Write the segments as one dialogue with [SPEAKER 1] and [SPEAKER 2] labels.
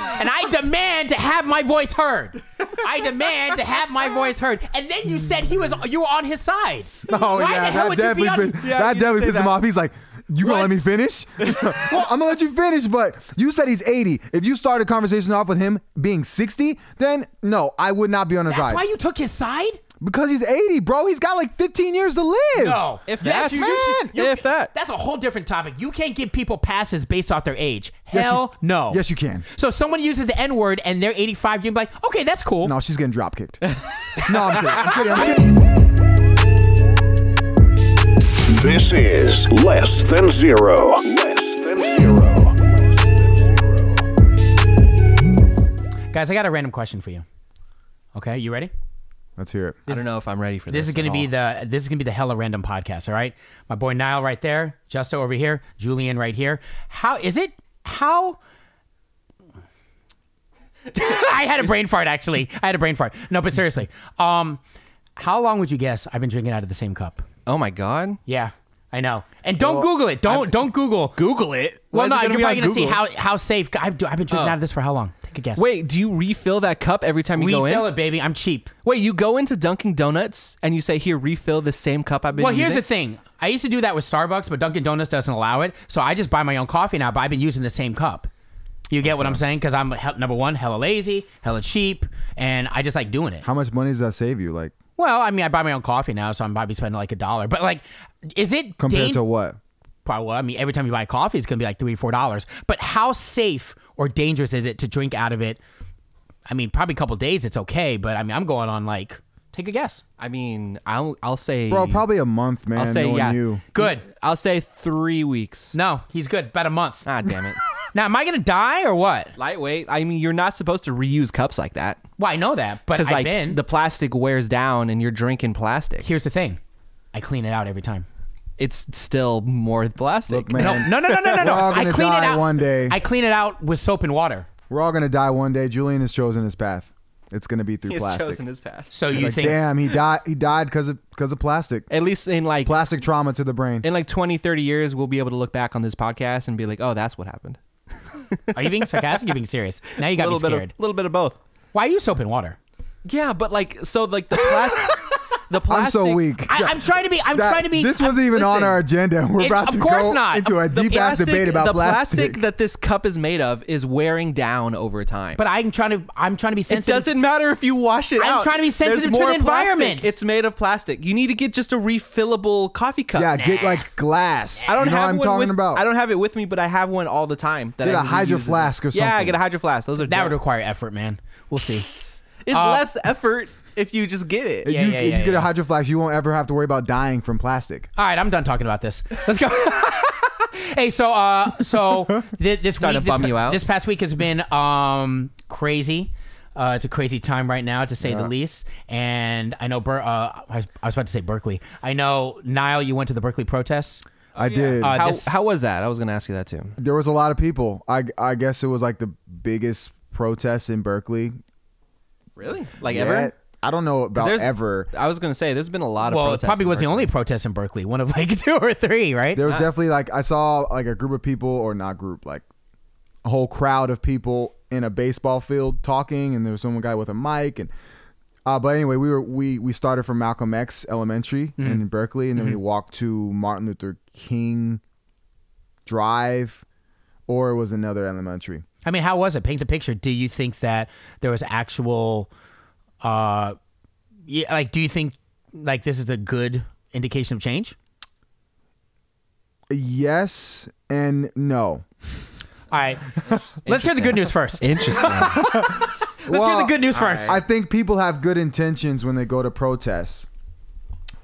[SPEAKER 1] and I demand to have my voice heard. I demand to have my voice heard. And then you said he was you were on his side.
[SPEAKER 2] Oh
[SPEAKER 1] Why
[SPEAKER 2] yeah,
[SPEAKER 1] the hell
[SPEAKER 2] that
[SPEAKER 1] would
[SPEAKER 2] definitely,
[SPEAKER 1] you be on?
[SPEAKER 2] pi-
[SPEAKER 3] Yeah,
[SPEAKER 2] that
[SPEAKER 3] you
[SPEAKER 2] definitely
[SPEAKER 3] say
[SPEAKER 2] pissed him
[SPEAKER 3] that.
[SPEAKER 2] off. He's like, "You gonna let me finish? I'm gonna let you finish." But you said he's 80. If you start a conversation off with him being 60, then no, I would not be on his
[SPEAKER 1] That's
[SPEAKER 2] side
[SPEAKER 1] why you took his side.
[SPEAKER 2] because he's 80, bro. He's got like 15 years to live.
[SPEAKER 1] No,
[SPEAKER 3] If
[SPEAKER 1] Yes,
[SPEAKER 3] that, you,
[SPEAKER 1] man.
[SPEAKER 3] should- if that.
[SPEAKER 1] That's a whole different topic. You can't give people passes based off their age.
[SPEAKER 2] Yes, you-
[SPEAKER 1] Hell no.
[SPEAKER 2] Yes, you can.
[SPEAKER 1] So someone uses the N word and they're 85, you'd be like, okay, that's cool.
[SPEAKER 2] No, she's getting drop kicked. no, I'm kidding. I'm kidding. I'm kidding.
[SPEAKER 4] This is Less Than Zero. Less Than Zero. Less Than Zero.
[SPEAKER 1] Guys, I got a random question for you. Okay, you ready?
[SPEAKER 2] Let's hear it.
[SPEAKER 3] I don't know if I'm ready for this.
[SPEAKER 1] This is gonna
[SPEAKER 3] at
[SPEAKER 1] be
[SPEAKER 3] all.
[SPEAKER 1] the this is gonna be the hella random podcast, all right? My boy Niall right there, Justo over here, Julian right here. How is it how I had a brain fart actually. I had a brain fart. No, but seriously. Um how long would you guess I've been drinking out of the same cup?
[SPEAKER 3] Oh my god.
[SPEAKER 1] Yeah, I know. And don't Google it. Don't don't Google.
[SPEAKER 3] Google it.
[SPEAKER 1] Well, no,
[SPEAKER 3] Why is it
[SPEAKER 1] you're
[SPEAKER 3] be on
[SPEAKER 1] probably gonna see
[SPEAKER 3] Google? Oh.
[SPEAKER 1] how how safe. I've, I've been drinking out of this for how long? Take a guess.
[SPEAKER 3] Wait, do you refill that cup every time you go in?
[SPEAKER 1] refill it, baby. I'm cheap.
[SPEAKER 3] Wait, you go into Dunkin' Donuts and you say, "Here, refill the same cup I've been."
[SPEAKER 1] Well, here's
[SPEAKER 3] using?
[SPEAKER 1] the thing. I used to do that with Starbucks, but Dunkin' Donuts doesn't allow it. So I just buy my own coffee now, but I've been using the same cup. You get what I'm saying? Because I'm he- number one, hella lazy, hella cheap, and I just like doing it.
[SPEAKER 2] How much money does that save you? Like
[SPEAKER 1] Well, I mean, I buy my own coffee now, so I'm probably spending like a dollar. But like, is it
[SPEAKER 2] compared
[SPEAKER 1] dan-
[SPEAKER 2] to what?
[SPEAKER 1] Probably, well, I mean, every time you buy coffee, it's gonna be like three, four dollars. But how safe or dangerous is it to drink out of it? I mean, probably a couple days, it's okay. But I mean, I'm going on like, take a guess.
[SPEAKER 3] I mean, I'll I'll say,
[SPEAKER 2] Bro, probably a month, man.
[SPEAKER 3] I'll say
[SPEAKER 2] knowing
[SPEAKER 3] yeah.
[SPEAKER 2] you.
[SPEAKER 1] Good.
[SPEAKER 3] I'll say three weeks.
[SPEAKER 1] No, he's good. About a month.
[SPEAKER 3] Ah, damn it.
[SPEAKER 1] Now, am I gonna die or what?
[SPEAKER 3] Lightweight. I mean, you're not supposed to reuse cups like that
[SPEAKER 1] Well, I know that, but I've
[SPEAKER 3] because like
[SPEAKER 1] been.
[SPEAKER 3] the plastic wears down and you're drinking plastic.
[SPEAKER 1] Here's the thing, I clean it out every time.
[SPEAKER 3] It's still more plastic.
[SPEAKER 2] Look, man.
[SPEAKER 1] No, no, no, no, no, no.
[SPEAKER 2] We're all
[SPEAKER 1] I
[SPEAKER 2] gonna
[SPEAKER 1] clean it
[SPEAKER 2] die
[SPEAKER 1] out
[SPEAKER 2] one day.
[SPEAKER 1] I clean it out with soap and water.
[SPEAKER 2] We're all gonna die one day. Julian has chosen his path. It's gonna be through
[SPEAKER 3] He's
[SPEAKER 2] plastic.
[SPEAKER 3] chosen his path.
[SPEAKER 1] So you
[SPEAKER 2] like,
[SPEAKER 1] think?
[SPEAKER 2] damn, he died. He died because of because of plastic.
[SPEAKER 3] At least in like
[SPEAKER 2] Plastic trauma to the brain.
[SPEAKER 3] in like 20, 30 years, we'll be able to look back on this podcast and be like, "Oh, that's what happened."
[SPEAKER 1] Are you being sarcastic? or Are you being serious? Now you got
[SPEAKER 3] little
[SPEAKER 1] me
[SPEAKER 3] bit,
[SPEAKER 1] scared.
[SPEAKER 3] of, little bit of both.
[SPEAKER 1] Why do you soap and water?
[SPEAKER 3] Yeah, but like, so like the plastic, the
[SPEAKER 2] I'm
[SPEAKER 3] plastic.
[SPEAKER 2] so weak.
[SPEAKER 1] I, I'm trying to be. I'm
[SPEAKER 2] That-
[SPEAKER 1] trying to be.
[SPEAKER 2] This e wasn't even on
[SPEAKER 3] listen.
[SPEAKER 2] our agenda. We're
[SPEAKER 1] It-
[SPEAKER 2] about
[SPEAKER 1] of
[SPEAKER 2] to
[SPEAKER 1] course
[SPEAKER 2] go
[SPEAKER 1] not.
[SPEAKER 2] into a
[SPEAKER 1] The
[SPEAKER 2] deep ass debate about
[SPEAKER 3] the
[SPEAKER 2] plastic.
[SPEAKER 3] that this cup is made of is wearing down over time.
[SPEAKER 1] But I'm trying to. I'm trying to be
[SPEAKER 3] it
[SPEAKER 1] sensitive.
[SPEAKER 3] doesn't matter if you wash it
[SPEAKER 1] I'm
[SPEAKER 3] out.
[SPEAKER 1] trying to be
[SPEAKER 3] There's
[SPEAKER 1] sensitive to
[SPEAKER 3] more
[SPEAKER 1] the environment.
[SPEAKER 3] Plastic. It's made of plastic. You need to get just a refillable coffee cup.
[SPEAKER 2] yeah, get
[SPEAKER 1] Nah.
[SPEAKER 2] like glass.
[SPEAKER 3] I don't
[SPEAKER 2] you know
[SPEAKER 3] have
[SPEAKER 2] what I'm
[SPEAKER 3] one
[SPEAKER 2] talking
[SPEAKER 3] with,
[SPEAKER 2] about.
[SPEAKER 3] I don't have it with me, but I have one all the time. That
[SPEAKER 2] Get
[SPEAKER 3] I
[SPEAKER 2] a
[SPEAKER 3] reuse
[SPEAKER 2] Hydro
[SPEAKER 3] as a-
[SPEAKER 2] Flask or
[SPEAKER 3] Yeah, I
[SPEAKER 2] something.
[SPEAKER 3] get a hydro flask. Those are
[SPEAKER 1] That
[SPEAKER 3] dope.
[SPEAKER 1] would require effort, man. We'll see.
[SPEAKER 3] It's
[SPEAKER 1] Uh,
[SPEAKER 3] less effort if you just get it.
[SPEAKER 2] If
[SPEAKER 1] Yeah,
[SPEAKER 2] you,
[SPEAKER 1] yeah,
[SPEAKER 2] if
[SPEAKER 1] yeah,
[SPEAKER 2] you get
[SPEAKER 1] yeah.
[SPEAKER 2] a hydro flask, you won't ever have to worry about dying from plastic.
[SPEAKER 1] All right, I'm done talking about this. Let's go. hey, so uh, so this this
[SPEAKER 3] Starting
[SPEAKER 1] week,
[SPEAKER 3] to bum
[SPEAKER 1] this,
[SPEAKER 3] you out?
[SPEAKER 1] this past week has been um crazy. Uh, it's a crazy time right now, to say the least. And I know, Ber- uh, I, was, I was about to say Berkeley. I know, Niall, you went to the Berkeley protests.
[SPEAKER 2] I did.
[SPEAKER 1] Uh,
[SPEAKER 3] How,
[SPEAKER 1] this-
[SPEAKER 3] how was that? I was going to ask you that too.
[SPEAKER 2] there was a lot of people. I I guess it was like the biggest protest in Berkeley.
[SPEAKER 3] Really? Like
[SPEAKER 2] yet.
[SPEAKER 3] ever?
[SPEAKER 2] I don't know about
[SPEAKER 3] there's-
[SPEAKER 2] ever.
[SPEAKER 3] I was going to say there's been a lot of
[SPEAKER 1] Well, it
[SPEAKER 3] protests
[SPEAKER 1] probably
[SPEAKER 3] in
[SPEAKER 1] was the
[SPEAKER 3] Berkeley.
[SPEAKER 1] only protest in Berkeley, one of like two or three, right?
[SPEAKER 2] There was definitely like I saw like a group of people or not group like a whole crowd of people in a baseball field talking, and there was some guy with a mic and. Uh, but anyway, we were we we started from Malcolm X Elementary in Berkeley, and then we walked to Martin Luther King Drive, or it was another elementary.
[SPEAKER 1] I mean, how was it? Paint the picture. Do you think that there was actual, uh, yeah, like, do you think like this is the good indication of change?
[SPEAKER 2] Yes and no.
[SPEAKER 1] All right, let's hear the good news first.
[SPEAKER 3] Interesting.
[SPEAKER 1] Let's hear
[SPEAKER 2] Well,
[SPEAKER 1] the good news first.
[SPEAKER 2] I think people have good intentions when they go to protests.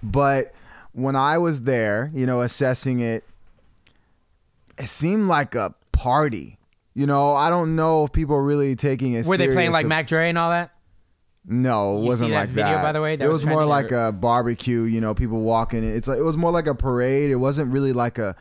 [SPEAKER 2] But when I was there, you know, assessing it, it seemed like a party. You know, I don't know if people are really taking it
[SPEAKER 1] Were they playing
[SPEAKER 2] serious.
[SPEAKER 1] like Mac Dre and all that?
[SPEAKER 2] No, it
[SPEAKER 1] You
[SPEAKER 2] wasn't
[SPEAKER 1] see that
[SPEAKER 2] like
[SPEAKER 1] video,
[SPEAKER 2] that.
[SPEAKER 1] by the way? That
[SPEAKER 2] it
[SPEAKER 1] was
[SPEAKER 2] was, more
[SPEAKER 1] trending?
[SPEAKER 2] like a barbecue. You know, people walking. It's like it was more like a parade. It wasn't really like a.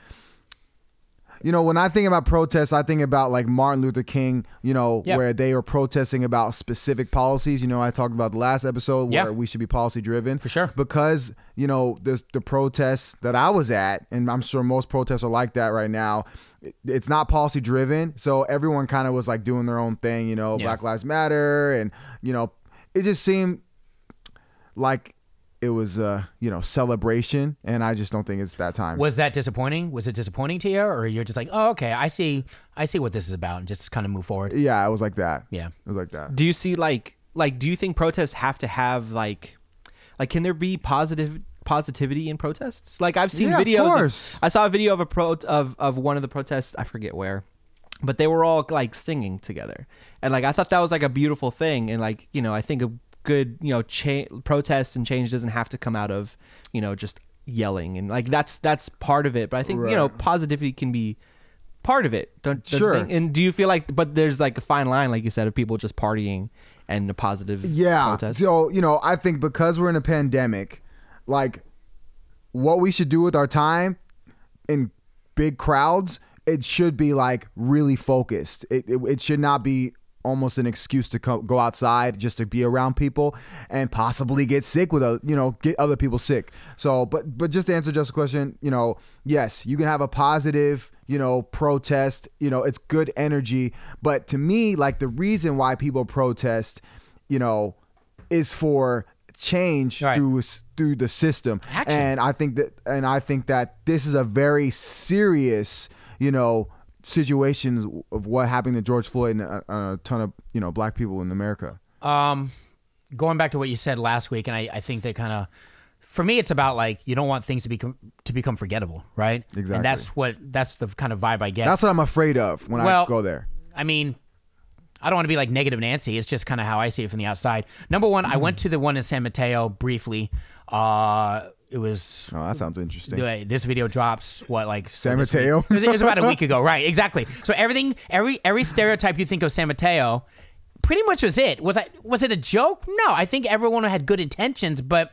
[SPEAKER 2] you know, when I think about protests, I think about like Martin Luther King, you know,
[SPEAKER 1] Yep.
[SPEAKER 2] where they were protesting about specific policies. You know, I talked about the last episode where
[SPEAKER 1] Yeah.
[SPEAKER 2] we should be policy driven. For
[SPEAKER 1] sure.
[SPEAKER 2] Because, you know, there's the protests that I was at, and I'm sure most protests are like that right now. it- It's not policy driven. So everyone kind of was like doing their own thing, you know,
[SPEAKER 1] Yeah.
[SPEAKER 2] Black Lives Matter. And, you know, it just seemed like it was a, you know, celebration. And I just don't think it's that time.
[SPEAKER 1] Was that disappointing? Was it disappointing to you, or you're just like, oh, okay, I see, I see what this is about, and just kind of move forward?
[SPEAKER 2] Yeah, it was like that.
[SPEAKER 1] Yeah.
[SPEAKER 2] It was like that.
[SPEAKER 3] Do you see like like do you think protests have to have like like can there be positive positivity in protests? Like I've seen
[SPEAKER 2] Yeah, of
[SPEAKER 3] videos.
[SPEAKER 2] course.
[SPEAKER 3] I saw a video of a pro of of one of the protests. I forget where, but they were all like singing together, and like I thought that was like a beautiful thing. And like you know, I think a good you know cha- protest and change doesn't have to come out of you know just yelling and like that's that's part of it. But I think you know positivity can be part of it. Don't, don't you
[SPEAKER 2] Sure.
[SPEAKER 3] think? And do you feel like, but there's like a fine line, like you said, of people just partying and a positive
[SPEAKER 2] Yeah.
[SPEAKER 3] protest.
[SPEAKER 2] So, you know, I think because we're in a pandemic, like what we should do with our time in big crowds, it should be like really focused. It, it, it should not be almost an excuse to co- go outside just to be around people and possibly get sick with a you know get other people sick so but but just to answer just a question you know yes you can have a positive you know protest you know it's good energy but to me like the reason why people protest you know is for change
[SPEAKER 1] Right.
[SPEAKER 2] through through the system
[SPEAKER 1] Action.
[SPEAKER 2] and I think that and I think that this is a very serious, you know, situation of what happened to George Floyd and a, a ton of, you know, black people in America.
[SPEAKER 1] Um, going back to what you said last week, and I, I think that kind of, for me, it's about like you don't want things to become to become forgettable, right?
[SPEAKER 2] Exactly.
[SPEAKER 1] And that's what that's the kind of vibe I get.
[SPEAKER 2] That's what I'm afraid of when
[SPEAKER 1] Well-
[SPEAKER 2] I go there.
[SPEAKER 1] I mean, I don't want to be like negative Nancy. It's just kind of how I see it from the outside. Number one, I went to the one in San Mateo briefly. Uh, it was
[SPEAKER 2] Oh, that sounds interesting.
[SPEAKER 1] the way this video drops what like
[SPEAKER 2] San
[SPEAKER 1] this week-
[SPEAKER 2] Mateo?
[SPEAKER 1] it, was, it was about a week ago, right? Exactly. So everything, every every stereotype you think of San Mateo, pretty much was it. Was I was it a joke? No, I think everyone had good intentions, but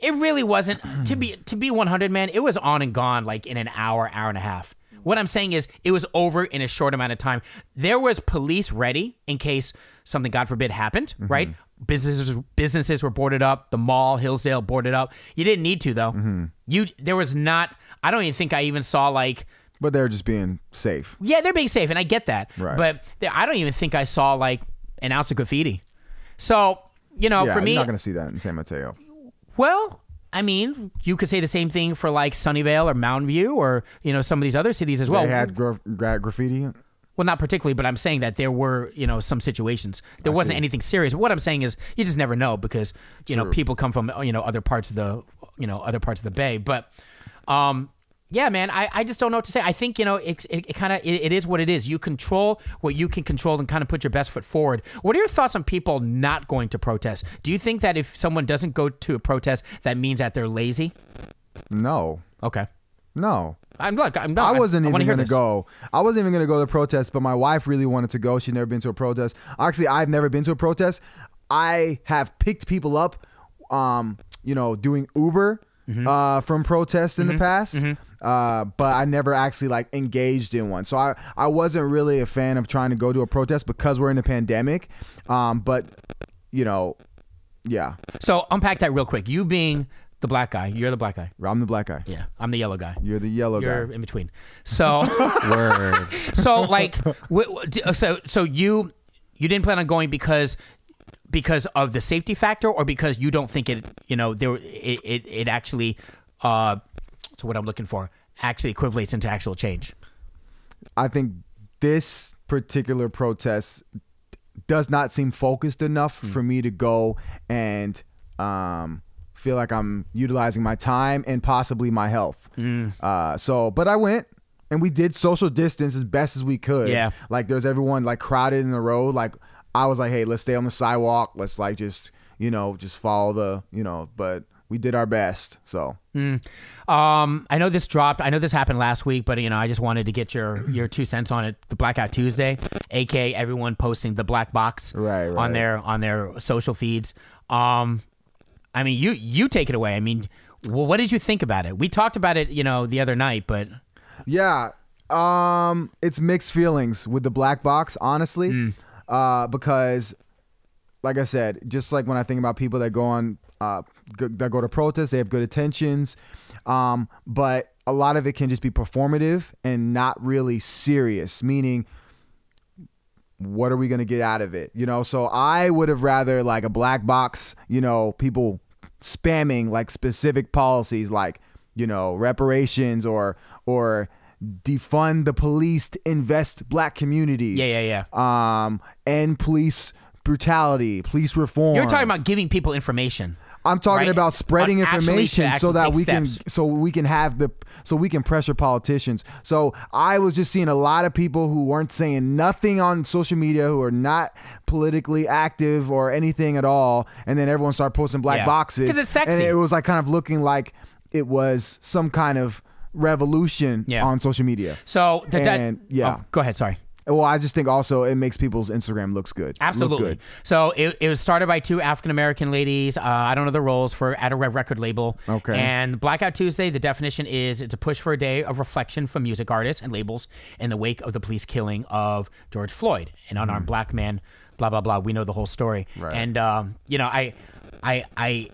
[SPEAKER 1] it really wasn't. to be to be one hundred, man, it was on and gone like in an hour, hour and a half. What I'm saying is, it was over in a short amount of time. There was police ready in case something, God forbid, happened. Right? Businesses businesses were boarded up. The mall, Hillsdale, boarded up. You didn't need to though. You there was not. I don't even think I even saw like
[SPEAKER 2] But they're just being safe.
[SPEAKER 1] yeah, they're being safe, and I get that.
[SPEAKER 2] Right.
[SPEAKER 1] But th- I don't even think I saw like an ounce of graffiti. So you know,
[SPEAKER 2] yeah,
[SPEAKER 1] for me,
[SPEAKER 2] you're not going to see that in San Mateo.
[SPEAKER 1] well, I mean, you could say the same thing for like Sunnyvale or Mountain View or you know some of these other cities as well.
[SPEAKER 2] they had gra- gra- graffiti.
[SPEAKER 1] well, not particularly, but I'm saying that there were you know some situations. There wasn't anything serious. What I'm saying is, you just never know because you know people come from you know other parts of the you know other parts of the bay, but. um yeah, man, I, I just don't know what to say. I think, you know, it, it, it kind of, it, it is what it is. You control what you can control and kind of put your best foot forward. What are your thoughts on people not going to protest? Do you think that if someone doesn't go to a protest, that means that they're lazy?
[SPEAKER 2] No.
[SPEAKER 1] Okay.
[SPEAKER 2] No.
[SPEAKER 1] I'm, look, I'm not.
[SPEAKER 2] I wasn't
[SPEAKER 1] I,
[SPEAKER 2] even
[SPEAKER 1] wanna hear
[SPEAKER 2] gonna
[SPEAKER 1] this.
[SPEAKER 2] go. I wasn't even gonna go to the protest, but my wife really wanted to go. She'd never been to a protest. Actually, I've never been to a protest. I have picked people up, um, you know, doing Uber
[SPEAKER 1] Mm-hmm.
[SPEAKER 2] uh, from protests in the past. Uh, but I never actually like engaged in one, so I I wasn't really a fan of trying to go to a protest because we're in a pandemic. Um, but you know, yeah,
[SPEAKER 1] So unpack that real quick. You being the black guy, you're the black guy.
[SPEAKER 2] I'm the black guy.
[SPEAKER 1] Yeah. I'm the yellow guy.
[SPEAKER 2] You're the yellow
[SPEAKER 1] You're
[SPEAKER 2] guy.
[SPEAKER 1] in between. So,
[SPEAKER 3] Word.
[SPEAKER 1] so like, w- w- d- so so you you didn't plan on going because because of the safety factor, or because you don't think it you know there it it, it actually uh so what I'm looking for actually equivalates into actual change.
[SPEAKER 2] I think this particular protest does not seem focused enough for me to go and um, feel like I'm utilizing my time and possibly my health. Uh, so, but I went and we did social distance as best as we could.
[SPEAKER 1] Yeah.
[SPEAKER 2] Like there's everyone like crowded in the road. Like I was like, hey, let's stay on the sidewalk. Let's like just, you know, just follow the, you know, but we did our best. So,
[SPEAKER 1] Um, I know this dropped. I know this happened last week, but you know, I just wanted to get your your two cents on it. The Blackout Tuesday, aka everyone posting the black box
[SPEAKER 2] Right, right.
[SPEAKER 1] on their on their social feeds. Um, I mean, you you take it away. I mean, well, what did you think about it? We talked about it, you know, the other night, but
[SPEAKER 2] yeah. Um, it's mixed feelings with the black box, honestly, uh, because, like I said, just like when I think about people that go on, uh, g- that go to protests, they have good intentions, um, but a lot of it can just be performative and not really serious. Meaning, what are we going to get out of it? You know, so I would have rather like a black box, you know, people spamming like specific policies like, you know, reparations or or defund the police, invest black communities.
[SPEAKER 1] Yeah, yeah,
[SPEAKER 2] yeah. Um end police brutality, police reform.
[SPEAKER 1] You're talking about giving people information.
[SPEAKER 2] I'm talking
[SPEAKER 1] right?
[SPEAKER 2] about spreading
[SPEAKER 1] On actually
[SPEAKER 2] information
[SPEAKER 1] to
[SPEAKER 2] so that
[SPEAKER 1] actually
[SPEAKER 2] we
[SPEAKER 1] take
[SPEAKER 2] can
[SPEAKER 1] steps.
[SPEAKER 2] so we can have the so we can pressure politicians. So I was just seeing a lot of people who weren't saying nothing on social media, who are not politically active or anything at all, and then everyone started posting black
[SPEAKER 1] Yeah.
[SPEAKER 2] boxes
[SPEAKER 1] 'Cause it's sexy.
[SPEAKER 2] And it was like kind of looking like it was some kind of revolution
[SPEAKER 1] Yeah.
[SPEAKER 2] on social media.
[SPEAKER 1] So that, that-
[SPEAKER 2] And, yeah.
[SPEAKER 1] Oh, go ahead. Sorry.
[SPEAKER 2] Well, I just think also it makes people's Instagram looks good. look
[SPEAKER 1] Absolutely.
[SPEAKER 2] good.
[SPEAKER 1] So it, it was started by two African American ladies. Uh, I don't know the roles for at a re- record label.
[SPEAKER 2] Okay.
[SPEAKER 1] And Blackout Tuesday, the definition is it's a push for a day of reflection from music artists and labels in the wake of the police killing of George Floyd, an unarmed black man. Blah blah blah. We know the whole story.
[SPEAKER 2] Mm-hmm. Right.
[SPEAKER 1] And um, you know, I, I, I,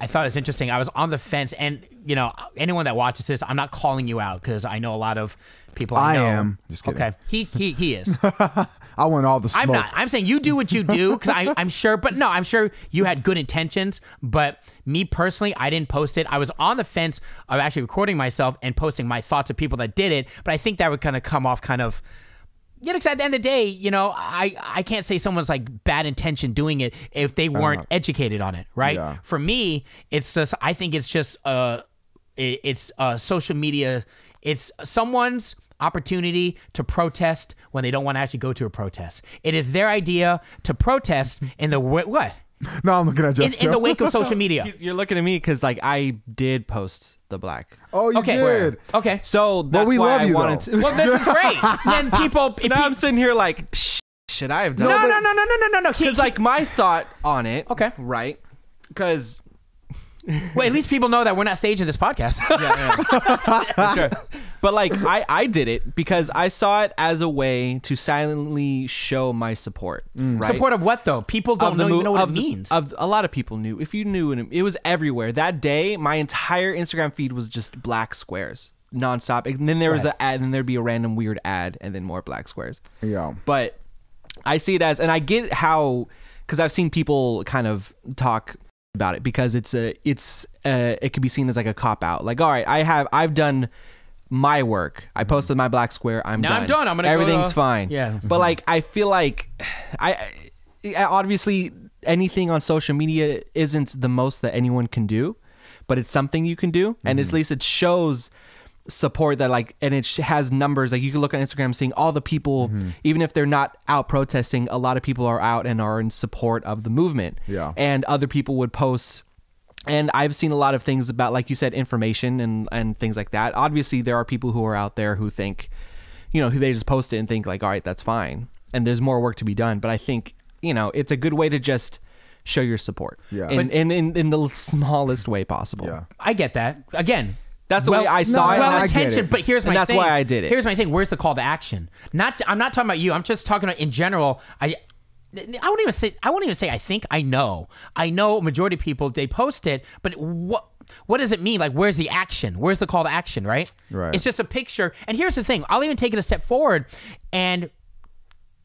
[SPEAKER 1] I thought it was interesting. I was on the fence, and you know, anyone that watches this, I'm not calling you out because I know a lot of people. I,
[SPEAKER 2] I
[SPEAKER 1] know.
[SPEAKER 2] am. Just kidding.
[SPEAKER 1] Okay. He he he is.
[SPEAKER 2] I want all the smoke.
[SPEAKER 1] I'm not. I'm saying you do what you do because I'm sure, but no, I'm sure you had good intentions. But me personally, I didn't post it. I was on the fence of actually recording myself and posting my thoughts of people that did it. But I think that would kind of come off kind of. You know, 'cause at the end of the day, you know, I, I can't say someone's like bad intention doing it if they weren't educated on it, right?
[SPEAKER 2] Yeah.
[SPEAKER 1] For me, it's just I think it's just uh, it, it's uh, social media. It's someone's opportunity to protest when they don't want to actually go to a protest. It is their idea to protest in the wa- what
[SPEAKER 2] no, I'm looking at
[SPEAKER 1] in,
[SPEAKER 2] Justin.
[SPEAKER 1] in the wake of social media.
[SPEAKER 3] You're looking at me because like I did post the black.
[SPEAKER 2] oh, you
[SPEAKER 1] Okay,
[SPEAKER 2] did.
[SPEAKER 1] okay.
[SPEAKER 3] So that's
[SPEAKER 2] we
[SPEAKER 3] why
[SPEAKER 2] love
[SPEAKER 3] I
[SPEAKER 2] you,
[SPEAKER 3] wanted
[SPEAKER 2] though.
[SPEAKER 3] to.
[SPEAKER 1] Well, this is great. Then people.
[SPEAKER 3] so now I'm sitting here like, "Sh- should I have done?
[SPEAKER 1] no,
[SPEAKER 3] that?"
[SPEAKER 1] no, no, no, no, no, no, no. He-
[SPEAKER 3] Because like my thought on it.
[SPEAKER 1] Okay.
[SPEAKER 3] Right. Because
[SPEAKER 1] well, at least people know that we're not staging this podcast.
[SPEAKER 3] sure. But like I, I did it because I saw it as a way to silently show my support. Right.
[SPEAKER 1] Mm. Support of what though? People don't know,
[SPEAKER 3] mo-
[SPEAKER 1] even know what
[SPEAKER 3] of
[SPEAKER 1] it
[SPEAKER 3] the-
[SPEAKER 1] means.
[SPEAKER 3] Of a lot of people knew. If you knew, and it was everywhere that day. My entire Instagram feed was just black squares nonstop, and then there was a ad, and there'd be a random weird ad, and then more black squares.
[SPEAKER 2] Yeah.
[SPEAKER 3] But I see it as, and I get how, because I've seen people kind of talk about it because it's a, it's a, it could be seen as like a cop out. Like, all right, I have, I've done my work. I posted my black square.
[SPEAKER 1] Mm-hmm.
[SPEAKER 3] I'm
[SPEAKER 1] Now
[SPEAKER 3] done.
[SPEAKER 1] I'm done. I'm gonna go
[SPEAKER 3] Everything's
[SPEAKER 1] to-
[SPEAKER 3] fine.
[SPEAKER 1] Yeah.
[SPEAKER 3] But like, I feel like, I, I obviously anything on social media isn't the most that anyone can do, but it's something you can do, and at least it shows support that like and it sh- has numbers like you can look on instagram seeing all the people even if they're not out protesting a lot of people are out and are in support of the movement
[SPEAKER 2] Yeah.
[SPEAKER 3] and other people would post and i've seen a lot of things about like you said information and and things like that obviously there are people who are out there who think you know who they just post it and think like all right that's fine and there's more work to be done but i think you know it's a good way to just show your support
[SPEAKER 2] Yeah.
[SPEAKER 3] in, in, in, in the smallest way possible
[SPEAKER 2] Yeah.
[SPEAKER 1] I get that. Again,
[SPEAKER 3] That's the way I saw it,
[SPEAKER 1] Well
[SPEAKER 3] and I
[SPEAKER 2] get
[SPEAKER 1] intentioned,
[SPEAKER 2] it.
[SPEAKER 1] but here's my
[SPEAKER 3] And that's
[SPEAKER 1] thing.
[SPEAKER 3] why I did it.
[SPEAKER 1] Here's my thing. Where's the call to action? Not. I'm not talking about you. I'm just talking about in general. I. I won't even say. I won't even say. I think I know. I know. Majority of people they post it, but what? What does it mean? Like, where's the action? Where's the call to action? Right.
[SPEAKER 2] Right.
[SPEAKER 1] It's just a picture. And here's the thing. I'll even take it a step forward, and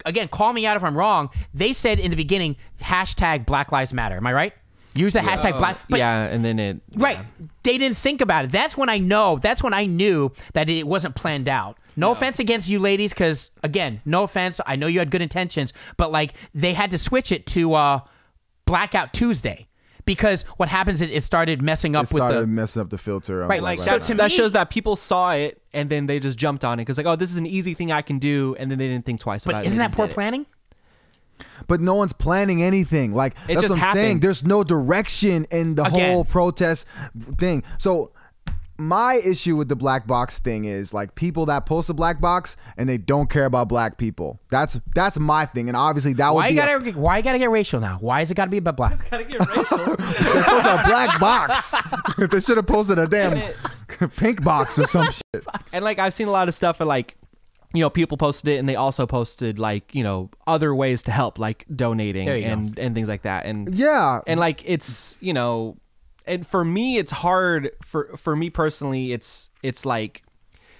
[SPEAKER 1] again, call me out if I'm wrong. They said in the beginning, hashtag Black Lives Matter. Am I right? Use the hashtag Black. But
[SPEAKER 3] yeah and then it
[SPEAKER 1] Right. They didn't think about it. That's when I know. That's when I knew that it wasn't planned out. No, offense against you ladies, because again, no offense. I know you had good intentions, but like they had to switch it to uh, Blackout Tuesday because what happens is it started messing up
[SPEAKER 2] It
[SPEAKER 1] with
[SPEAKER 2] started
[SPEAKER 1] the.
[SPEAKER 2] messing up the filter. I'm
[SPEAKER 1] Right,
[SPEAKER 2] like,
[SPEAKER 1] like,
[SPEAKER 2] right,
[SPEAKER 1] so to
[SPEAKER 3] that,
[SPEAKER 2] right.
[SPEAKER 1] me-
[SPEAKER 3] that shows that people saw it and then they just jumped on it because like oh this is an easy thing I can do and then they didn't think twice about
[SPEAKER 1] But
[SPEAKER 3] it.
[SPEAKER 1] isn't
[SPEAKER 3] They
[SPEAKER 1] that
[SPEAKER 3] just
[SPEAKER 1] poor
[SPEAKER 3] did it.
[SPEAKER 1] planning?
[SPEAKER 2] but no one's planning anything. Like that's
[SPEAKER 3] just
[SPEAKER 2] what I'm saying.
[SPEAKER 3] happened.
[SPEAKER 2] There's no direction in the
[SPEAKER 1] Again.
[SPEAKER 2] whole protest thing. So my issue with the black box thing is like people that post a black box and they don't care about black people. That's that's my thing. And obviously that
[SPEAKER 1] Why
[SPEAKER 2] would
[SPEAKER 1] you
[SPEAKER 2] be a,
[SPEAKER 1] gotta why you gotta get racial now? Why has it gotta be about black?
[SPEAKER 3] Gotta get racial.
[SPEAKER 2] they post a black box. they should have posted a damn pink box or some shit.
[SPEAKER 3] And like I've seen a lot of stuff and like you know people posted it and they also posted like you know other ways to help like donating
[SPEAKER 1] There you go.
[SPEAKER 3] and and things like that and
[SPEAKER 2] Yeah.
[SPEAKER 3] and like it's you know and for me it's hard for for me personally it's it's like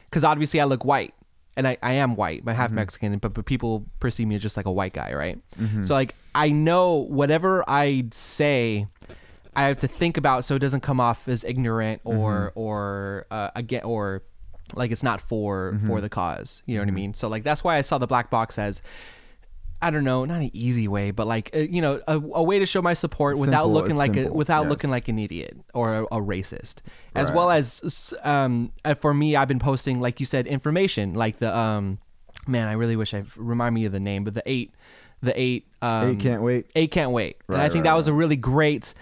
[SPEAKER 3] because obviously i look white and i, I am white but half mexican but, but people perceive me as just like a white guy right so like i know whatever i say i have to think about so it doesn't come off as ignorant or or uh, again or like it's not for for the cause you know what i mean so like that's why i saw the black box as I don't know, not an easy way, but like uh, you know, a, a way to show my support without
[SPEAKER 2] Simple,
[SPEAKER 3] looking
[SPEAKER 2] it's
[SPEAKER 3] like a
[SPEAKER 2] simple,
[SPEAKER 3] without
[SPEAKER 2] yes.
[SPEAKER 3] looking like an idiot or a, a racist. As well as s- um, uh, for me, I've been posting like you said, information like the um, man. I really wish I remind me of the name, but the eight, the eight, um,
[SPEAKER 2] Eight Can't Wait.
[SPEAKER 3] eight can't wait. and
[SPEAKER 2] Right,
[SPEAKER 3] I think
[SPEAKER 2] right,
[SPEAKER 3] that was a really great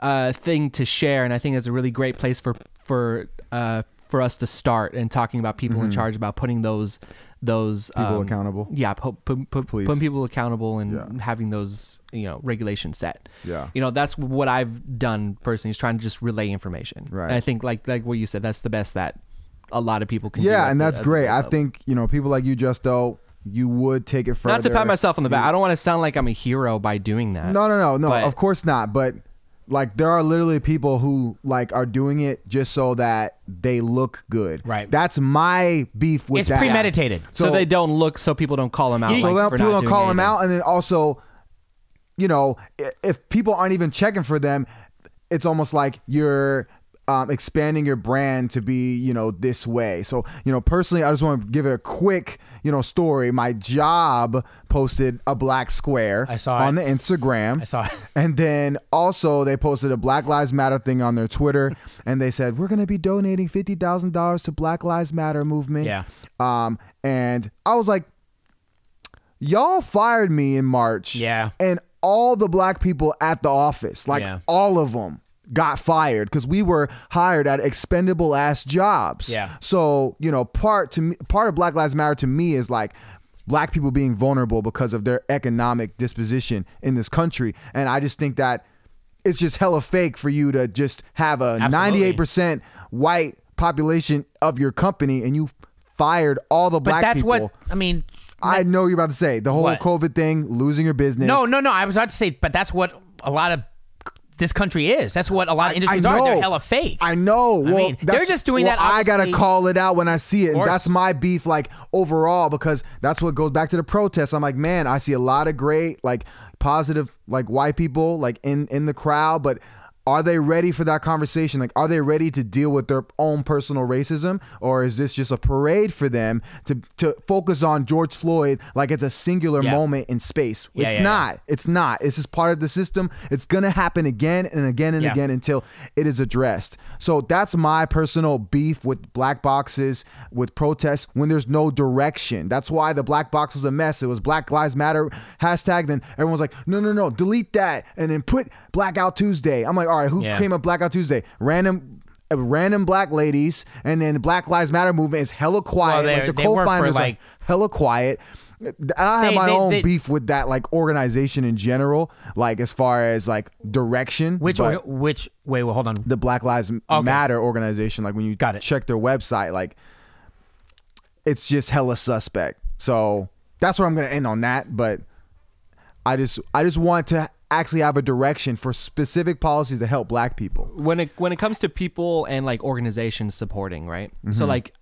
[SPEAKER 3] uh, thing to share, and I think it's a really great place for for uh, for us to start and talking about people in charge about putting those those
[SPEAKER 2] Mm-hmm. People
[SPEAKER 3] um,
[SPEAKER 2] accountable.
[SPEAKER 3] yeah, put, put, put,
[SPEAKER 2] Please.
[SPEAKER 3] putting people accountable and
[SPEAKER 2] Yeah.
[SPEAKER 3] having those you know regulations set.
[SPEAKER 2] Yeah.
[SPEAKER 3] you know that's what I've done personally is trying to just relay information.
[SPEAKER 2] Right.
[SPEAKER 3] And I think like like what you said, that's the best that a lot of people can. do
[SPEAKER 2] Yeah,
[SPEAKER 3] at
[SPEAKER 2] and
[SPEAKER 3] the-
[SPEAKER 2] that's
[SPEAKER 3] at the
[SPEAKER 2] great.
[SPEAKER 3] base
[SPEAKER 2] I
[SPEAKER 3] level.
[SPEAKER 2] think you know people like you, Justo. You would take it further.
[SPEAKER 3] not to pat myself on the back. I don't want to sound like I'm a hero by doing that.
[SPEAKER 2] No, no, no, no.
[SPEAKER 3] But-
[SPEAKER 2] Of course not. But like, there are literally people who like are doing it just so that they look good.
[SPEAKER 1] Right.
[SPEAKER 2] That's my beef with
[SPEAKER 1] It's
[SPEAKER 2] that.
[SPEAKER 1] premeditated.
[SPEAKER 3] so, they don't look so people don't call them out.
[SPEAKER 2] So
[SPEAKER 3] like,
[SPEAKER 2] then
[SPEAKER 3] for
[SPEAKER 2] people
[SPEAKER 3] not
[SPEAKER 2] don't
[SPEAKER 3] doing
[SPEAKER 2] call them
[SPEAKER 3] anything.
[SPEAKER 2] out, and then also, you know, i- if people aren't even checking for them, it's almost like you're um, expanding your brand to be, you know, this way. So, you know, personally, I just want to give a quick, you know, story. My job posted a black square
[SPEAKER 1] I saw
[SPEAKER 2] on
[SPEAKER 1] it.
[SPEAKER 2] the Instagram.
[SPEAKER 1] I saw it.
[SPEAKER 2] And then also they posted a Black Lives Matter thing on their Twitter, and they said we're gonna be donating fifty thousand dollars to Black Lives Matter movement.
[SPEAKER 1] Yeah.
[SPEAKER 2] Um, and I was like, y'all fired me in March.
[SPEAKER 1] Yeah.
[SPEAKER 2] And all the black people at the office, like
[SPEAKER 1] Yeah.
[SPEAKER 2] all of them, got fired because we were hired at expendable ass jobs.
[SPEAKER 1] Yeah.
[SPEAKER 2] So you know, part to me, part of Black Lives Matter to me is like black people being vulnerable because of their economic disposition in this country, and I just think that it's just hella fake for you to just have a
[SPEAKER 1] Absolutely.
[SPEAKER 2] ninety-eight percent white population of your company and you fired all the
[SPEAKER 1] But
[SPEAKER 2] black
[SPEAKER 1] that's
[SPEAKER 2] people.
[SPEAKER 1] what I mean.
[SPEAKER 2] I know you're about to say the whole
[SPEAKER 1] What?
[SPEAKER 2] COVID thing, losing your business.
[SPEAKER 1] No, no, no. I was about to say, but that's what a lot of this country is. That's what a lot of industries are. They're hella fake.
[SPEAKER 2] I know. Well,
[SPEAKER 1] mean, they're
[SPEAKER 2] that's-
[SPEAKER 1] just doing
[SPEAKER 2] well,
[SPEAKER 1] that,
[SPEAKER 2] I gotta
[SPEAKER 1] obviously-
[SPEAKER 2] call it out when I see it. And
[SPEAKER 1] course.
[SPEAKER 2] that's my beef, like overall, because that's what goes back to the protests. I'm like, man, I see a lot of great, like, positive, like white people, like in in the crowd, but. Are they ready for that conversation? Like, are they ready to deal with their own personal racism, or is this just a parade for them to to focus on George Floyd like it's a singular
[SPEAKER 1] Yeah.
[SPEAKER 2] moment in space?
[SPEAKER 1] Yeah,
[SPEAKER 2] it's
[SPEAKER 1] yeah, yeah.
[SPEAKER 2] not. It's not. It's just part of the system. It's gonna happen again and again and
[SPEAKER 1] Yeah.
[SPEAKER 2] again until it is addressed. So that's my personal beef with black boxes, with protests, when there's no direction. That's why the black box was a mess. It was Black Lives Matter hashtag. Then everyone's like, no, no, no, delete that and then put Blackout Tuesday. I'm like, all right, who
[SPEAKER 1] Yeah.
[SPEAKER 2] came up Blackout Tuesday? Random. uh, Random black ladies, and then the Black Lives Matter movement is hella quiet.
[SPEAKER 1] they-
[SPEAKER 2] like the
[SPEAKER 1] they were for,
[SPEAKER 2] co-founders
[SPEAKER 1] like-
[SPEAKER 2] are hella quiet. And I have
[SPEAKER 1] They-
[SPEAKER 2] my
[SPEAKER 1] they-
[SPEAKER 2] own
[SPEAKER 1] they-
[SPEAKER 2] beef with that, like organization in general, like as far as like direction.
[SPEAKER 1] which
[SPEAKER 2] but-
[SPEAKER 1] or, which wait, well, hold on.
[SPEAKER 2] the Black Lives Matter organization, like when you
[SPEAKER 1] Got it.
[SPEAKER 2] check their website, like it's just hella suspect. So that's where I'm gonna end on that. But I just I just want to actually have a direction for specific policies to help black people.
[SPEAKER 3] when it when it comes to people and like organizations supporting, right?
[SPEAKER 2] Mm-hmm.
[SPEAKER 3] So like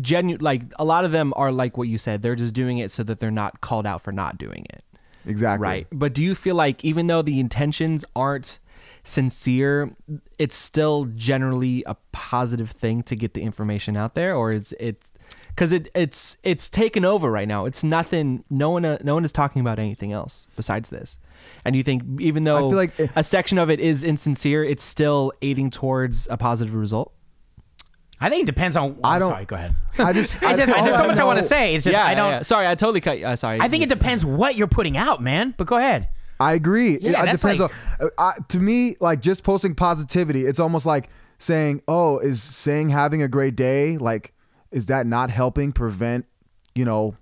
[SPEAKER 3] genu like a lot of them are like what you said, they're just doing it so that they're not called out for not doing it.
[SPEAKER 2] Exactly.
[SPEAKER 3] Right. But do you feel like even though the intentions aren't sincere, it's still generally a positive thing to get the information out there or is it cuz it it's it's taken over right now. It's nothing no one uh, no one is talking about anything else besides this. And you think even though
[SPEAKER 2] feel like-
[SPEAKER 3] a section of it is insincere, it's still aiding towards a positive result?
[SPEAKER 1] I think it depends on.
[SPEAKER 2] I don't.
[SPEAKER 1] Sorry, go ahead.
[SPEAKER 2] I just.
[SPEAKER 1] I just,
[SPEAKER 2] all
[SPEAKER 1] there's so much I
[SPEAKER 2] know-
[SPEAKER 1] want to say. It's just I don't.
[SPEAKER 3] Sorry, I totally cut you. Uh, sorry.
[SPEAKER 1] I think it depends what you're putting out, man. But go ahead.
[SPEAKER 2] I agree. It-
[SPEAKER 1] Yeah,
[SPEAKER 2] it,
[SPEAKER 1] that's
[SPEAKER 2] depends
[SPEAKER 1] like-
[SPEAKER 2] on. uh, I, to me, like just posting positivity, it's almost like saying, "Oh, is saying having a great day like is that not helping prevent, you know,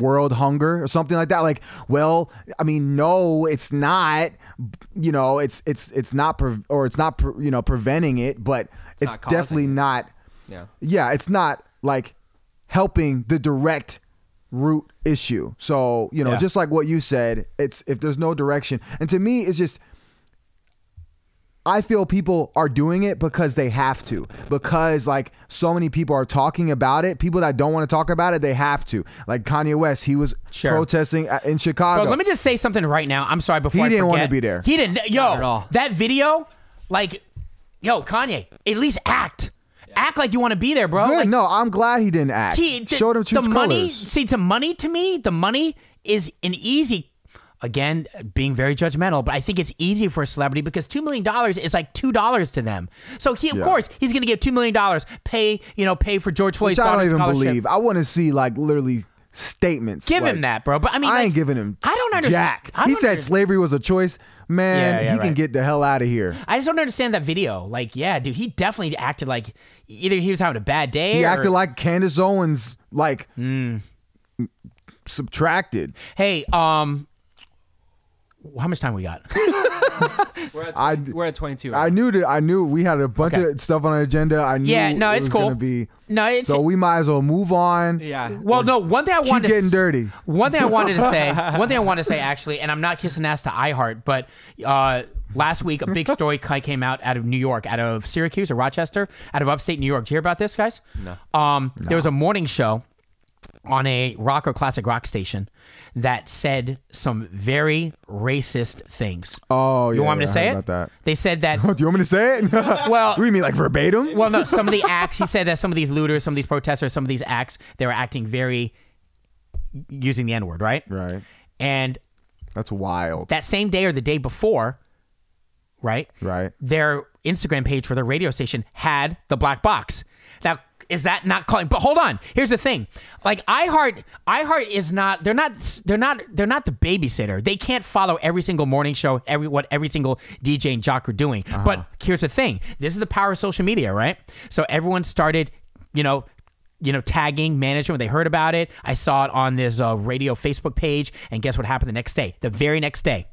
[SPEAKER 2] world hunger or something like that?" Like, well, I mean, no, it's not. You know, it's it's it's not pre- or it's not pre- you know preventing it, but it's,
[SPEAKER 3] not causing
[SPEAKER 2] definitely
[SPEAKER 3] it.
[SPEAKER 2] not.
[SPEAKER 3] Yeah.
[SPEAKER 2] yeah, it's not like helping the direct root issue. So, you know,
[SPEAKER 1] Yeah.
[SPEAKER 2] just like what you said, it's if there's no direction. And to me, it's just I feel people are doing it because they have to. Because like so many people are talking about it, people that don't want to talk about it, they have to. Like Kanye West, he was
[SPEAKER 1] Sure.
[SPEAKER 2] protesting uh, in Chicago.
[SPEAKER 1] Bro, let me just say something right now. I'm sorry before
[SPEAKER 2] He
[SPEAKER 1] I
[SPEAKER 2] didn't wanna
[SPEAKER 1] forget.
[SPEAKER 2] be there.
[SPEAKER 1] He didn't. Yo,
[SPEAKER 3] at all.
[SPEAKER 1] that video, like, yo, Kanye, at least act, act like you want to be there, bro.
[SPEAKER 2] Good.
[SPEAKER 1] Like,
[SPEAKER 2] no, I'm glad he didn't act.
[SPEAKER 1] he the,
[SPEAKER 2] Showed him true
[SPEAKER 1] the money.
[SPEAKER 2] colors.
[SPEAKER 1] See, the money to me, the money is an easy. Again, being very judgmental, but I think it's easy for a celebrity because two million dollars is like two dollars to them. So he, of
[SPEAKER 2] Yeah.
[SPEAKER 1] course, he's going to get two million dollars. Pay, you know, pay for George Floyd's
[SPEAKER 2] Which I don't
[SPEAKER 1] daughter's
[SPEAKER 2] even
[SPEAKER 1] scholarship.
[SPEAKER 2] believe. I want to see like literally statements.
[SPEAKER 1] Give
[SPEAKER 2] like,
[SPEAKER 1] him that, bro. But I mean,
[SPEAKER 2] I
[SPEAKER 1] like,
[SPEAKER 2] ain't giving him.
[SPEAKER 1] I don't understand.
[SPEAKER 2] Jack. he said slavery was a choice. Man,
[SPEAKER 1] Yeah, yeah,
[SPEAKER 2] he can
[SPEAKER 1] right.
[SPEAKER 2] get the hell out of here.
[SPEAKER 1] I just don't understand that video. Like, yeah, dude, he definitely acted like either he was having a bad day.
[SPEAKER 2] He
[SPEAKER 1] or,
[SPEAKER 2] acted like Candace Owens, like
[SPEAKER 1] Hmm.
[SPEAKER 2] subtracted.
[SPEAKER 1] hey, um, how much time we got?
[SPEAKER 3] We're at,
[SPEAKER 2] I-
[SPEAKER 3] we're at 22.
[SPEAKER 2] I knew that. I knew we had a bunch
[SPEAKER 1] Okay.
[SPEAKER 2] of stuff on our agenda. I knew.
[SPEAKER 1] Yeah, no,
[SPEAKER 2] it
[SPEAKER 1] it's
[SPEAKER 2] was
[SPEAKER 1] cool.
[SPEAKER 2] Gonna be
[SPEAKER 1] No, it's-
[SPEAKER 2] so we might as well move on.
[SPEAKER 3] yeah.
[SPEAKER 1] well, no. One thing I wanted to
[SPEAKER 2] getting
[SPEAKER 1] s-
[SPEAKER 2] dirty.
[SPEAKER 1] One thing I wanted to say. One thing I wanted to say actually, and I'm not kissing ass to iHeart, but uh, last week a big story ki- came out out of New York, out of Syracuse or Rochester, out of upstate New York. Did you hear about this, guys? No. Um, there was a morning show on a rock or classic rock station that said some very racist things.
[SPEAKER 2] Oh,
[SPEAKER 1] you
[SPEAKER 2] yeah,
[SPEAKER 1] want me
[SPEAKER 2] yeah,
[SPEAKER 1] to
[SPEAKER 2] I
[SPEAKER 1] say
[SPEAKER 2] heard
[SPEAKER 1] it?
[SPEAKER 2] about that.
[SPEAKER 1] They said that.
[SPEAKER 2] Do you want me to say it?
[SPEAKER 1] Well,
[SPEAKER 2] we mean like verbatim.
[SPEAKER 1] well, no, some of the acts, he said that some of these looters, some of these protesters, some of these acts, they were acting very using the N word, right?
[SPEAKER 2] right.
[SPEAKER 1] And
[SPEAKER 2] That's wild.
[SPEAKER 1] that same day or the day before, right?
[SPEAKER 2] right.
[SPEAKER 1] Their Instagram page for their radio station had the black box. Now, is that not calling? But hold on. Here's the thing. Like iHeart, iHeart is not. They're not. They're not. They're not the babysitter. They can't follow every single morning show. Every what every single DJ and jock are doing.
[SPEAKER 2] Uh-huh.
[SPEAKER 1] But here's the thing. This is the power of social media, right? So everyone started, you know, you know, tagging management when they heard about it. I saw it on this uh, radio Facebook page, and guess what happened the next day? The very next day,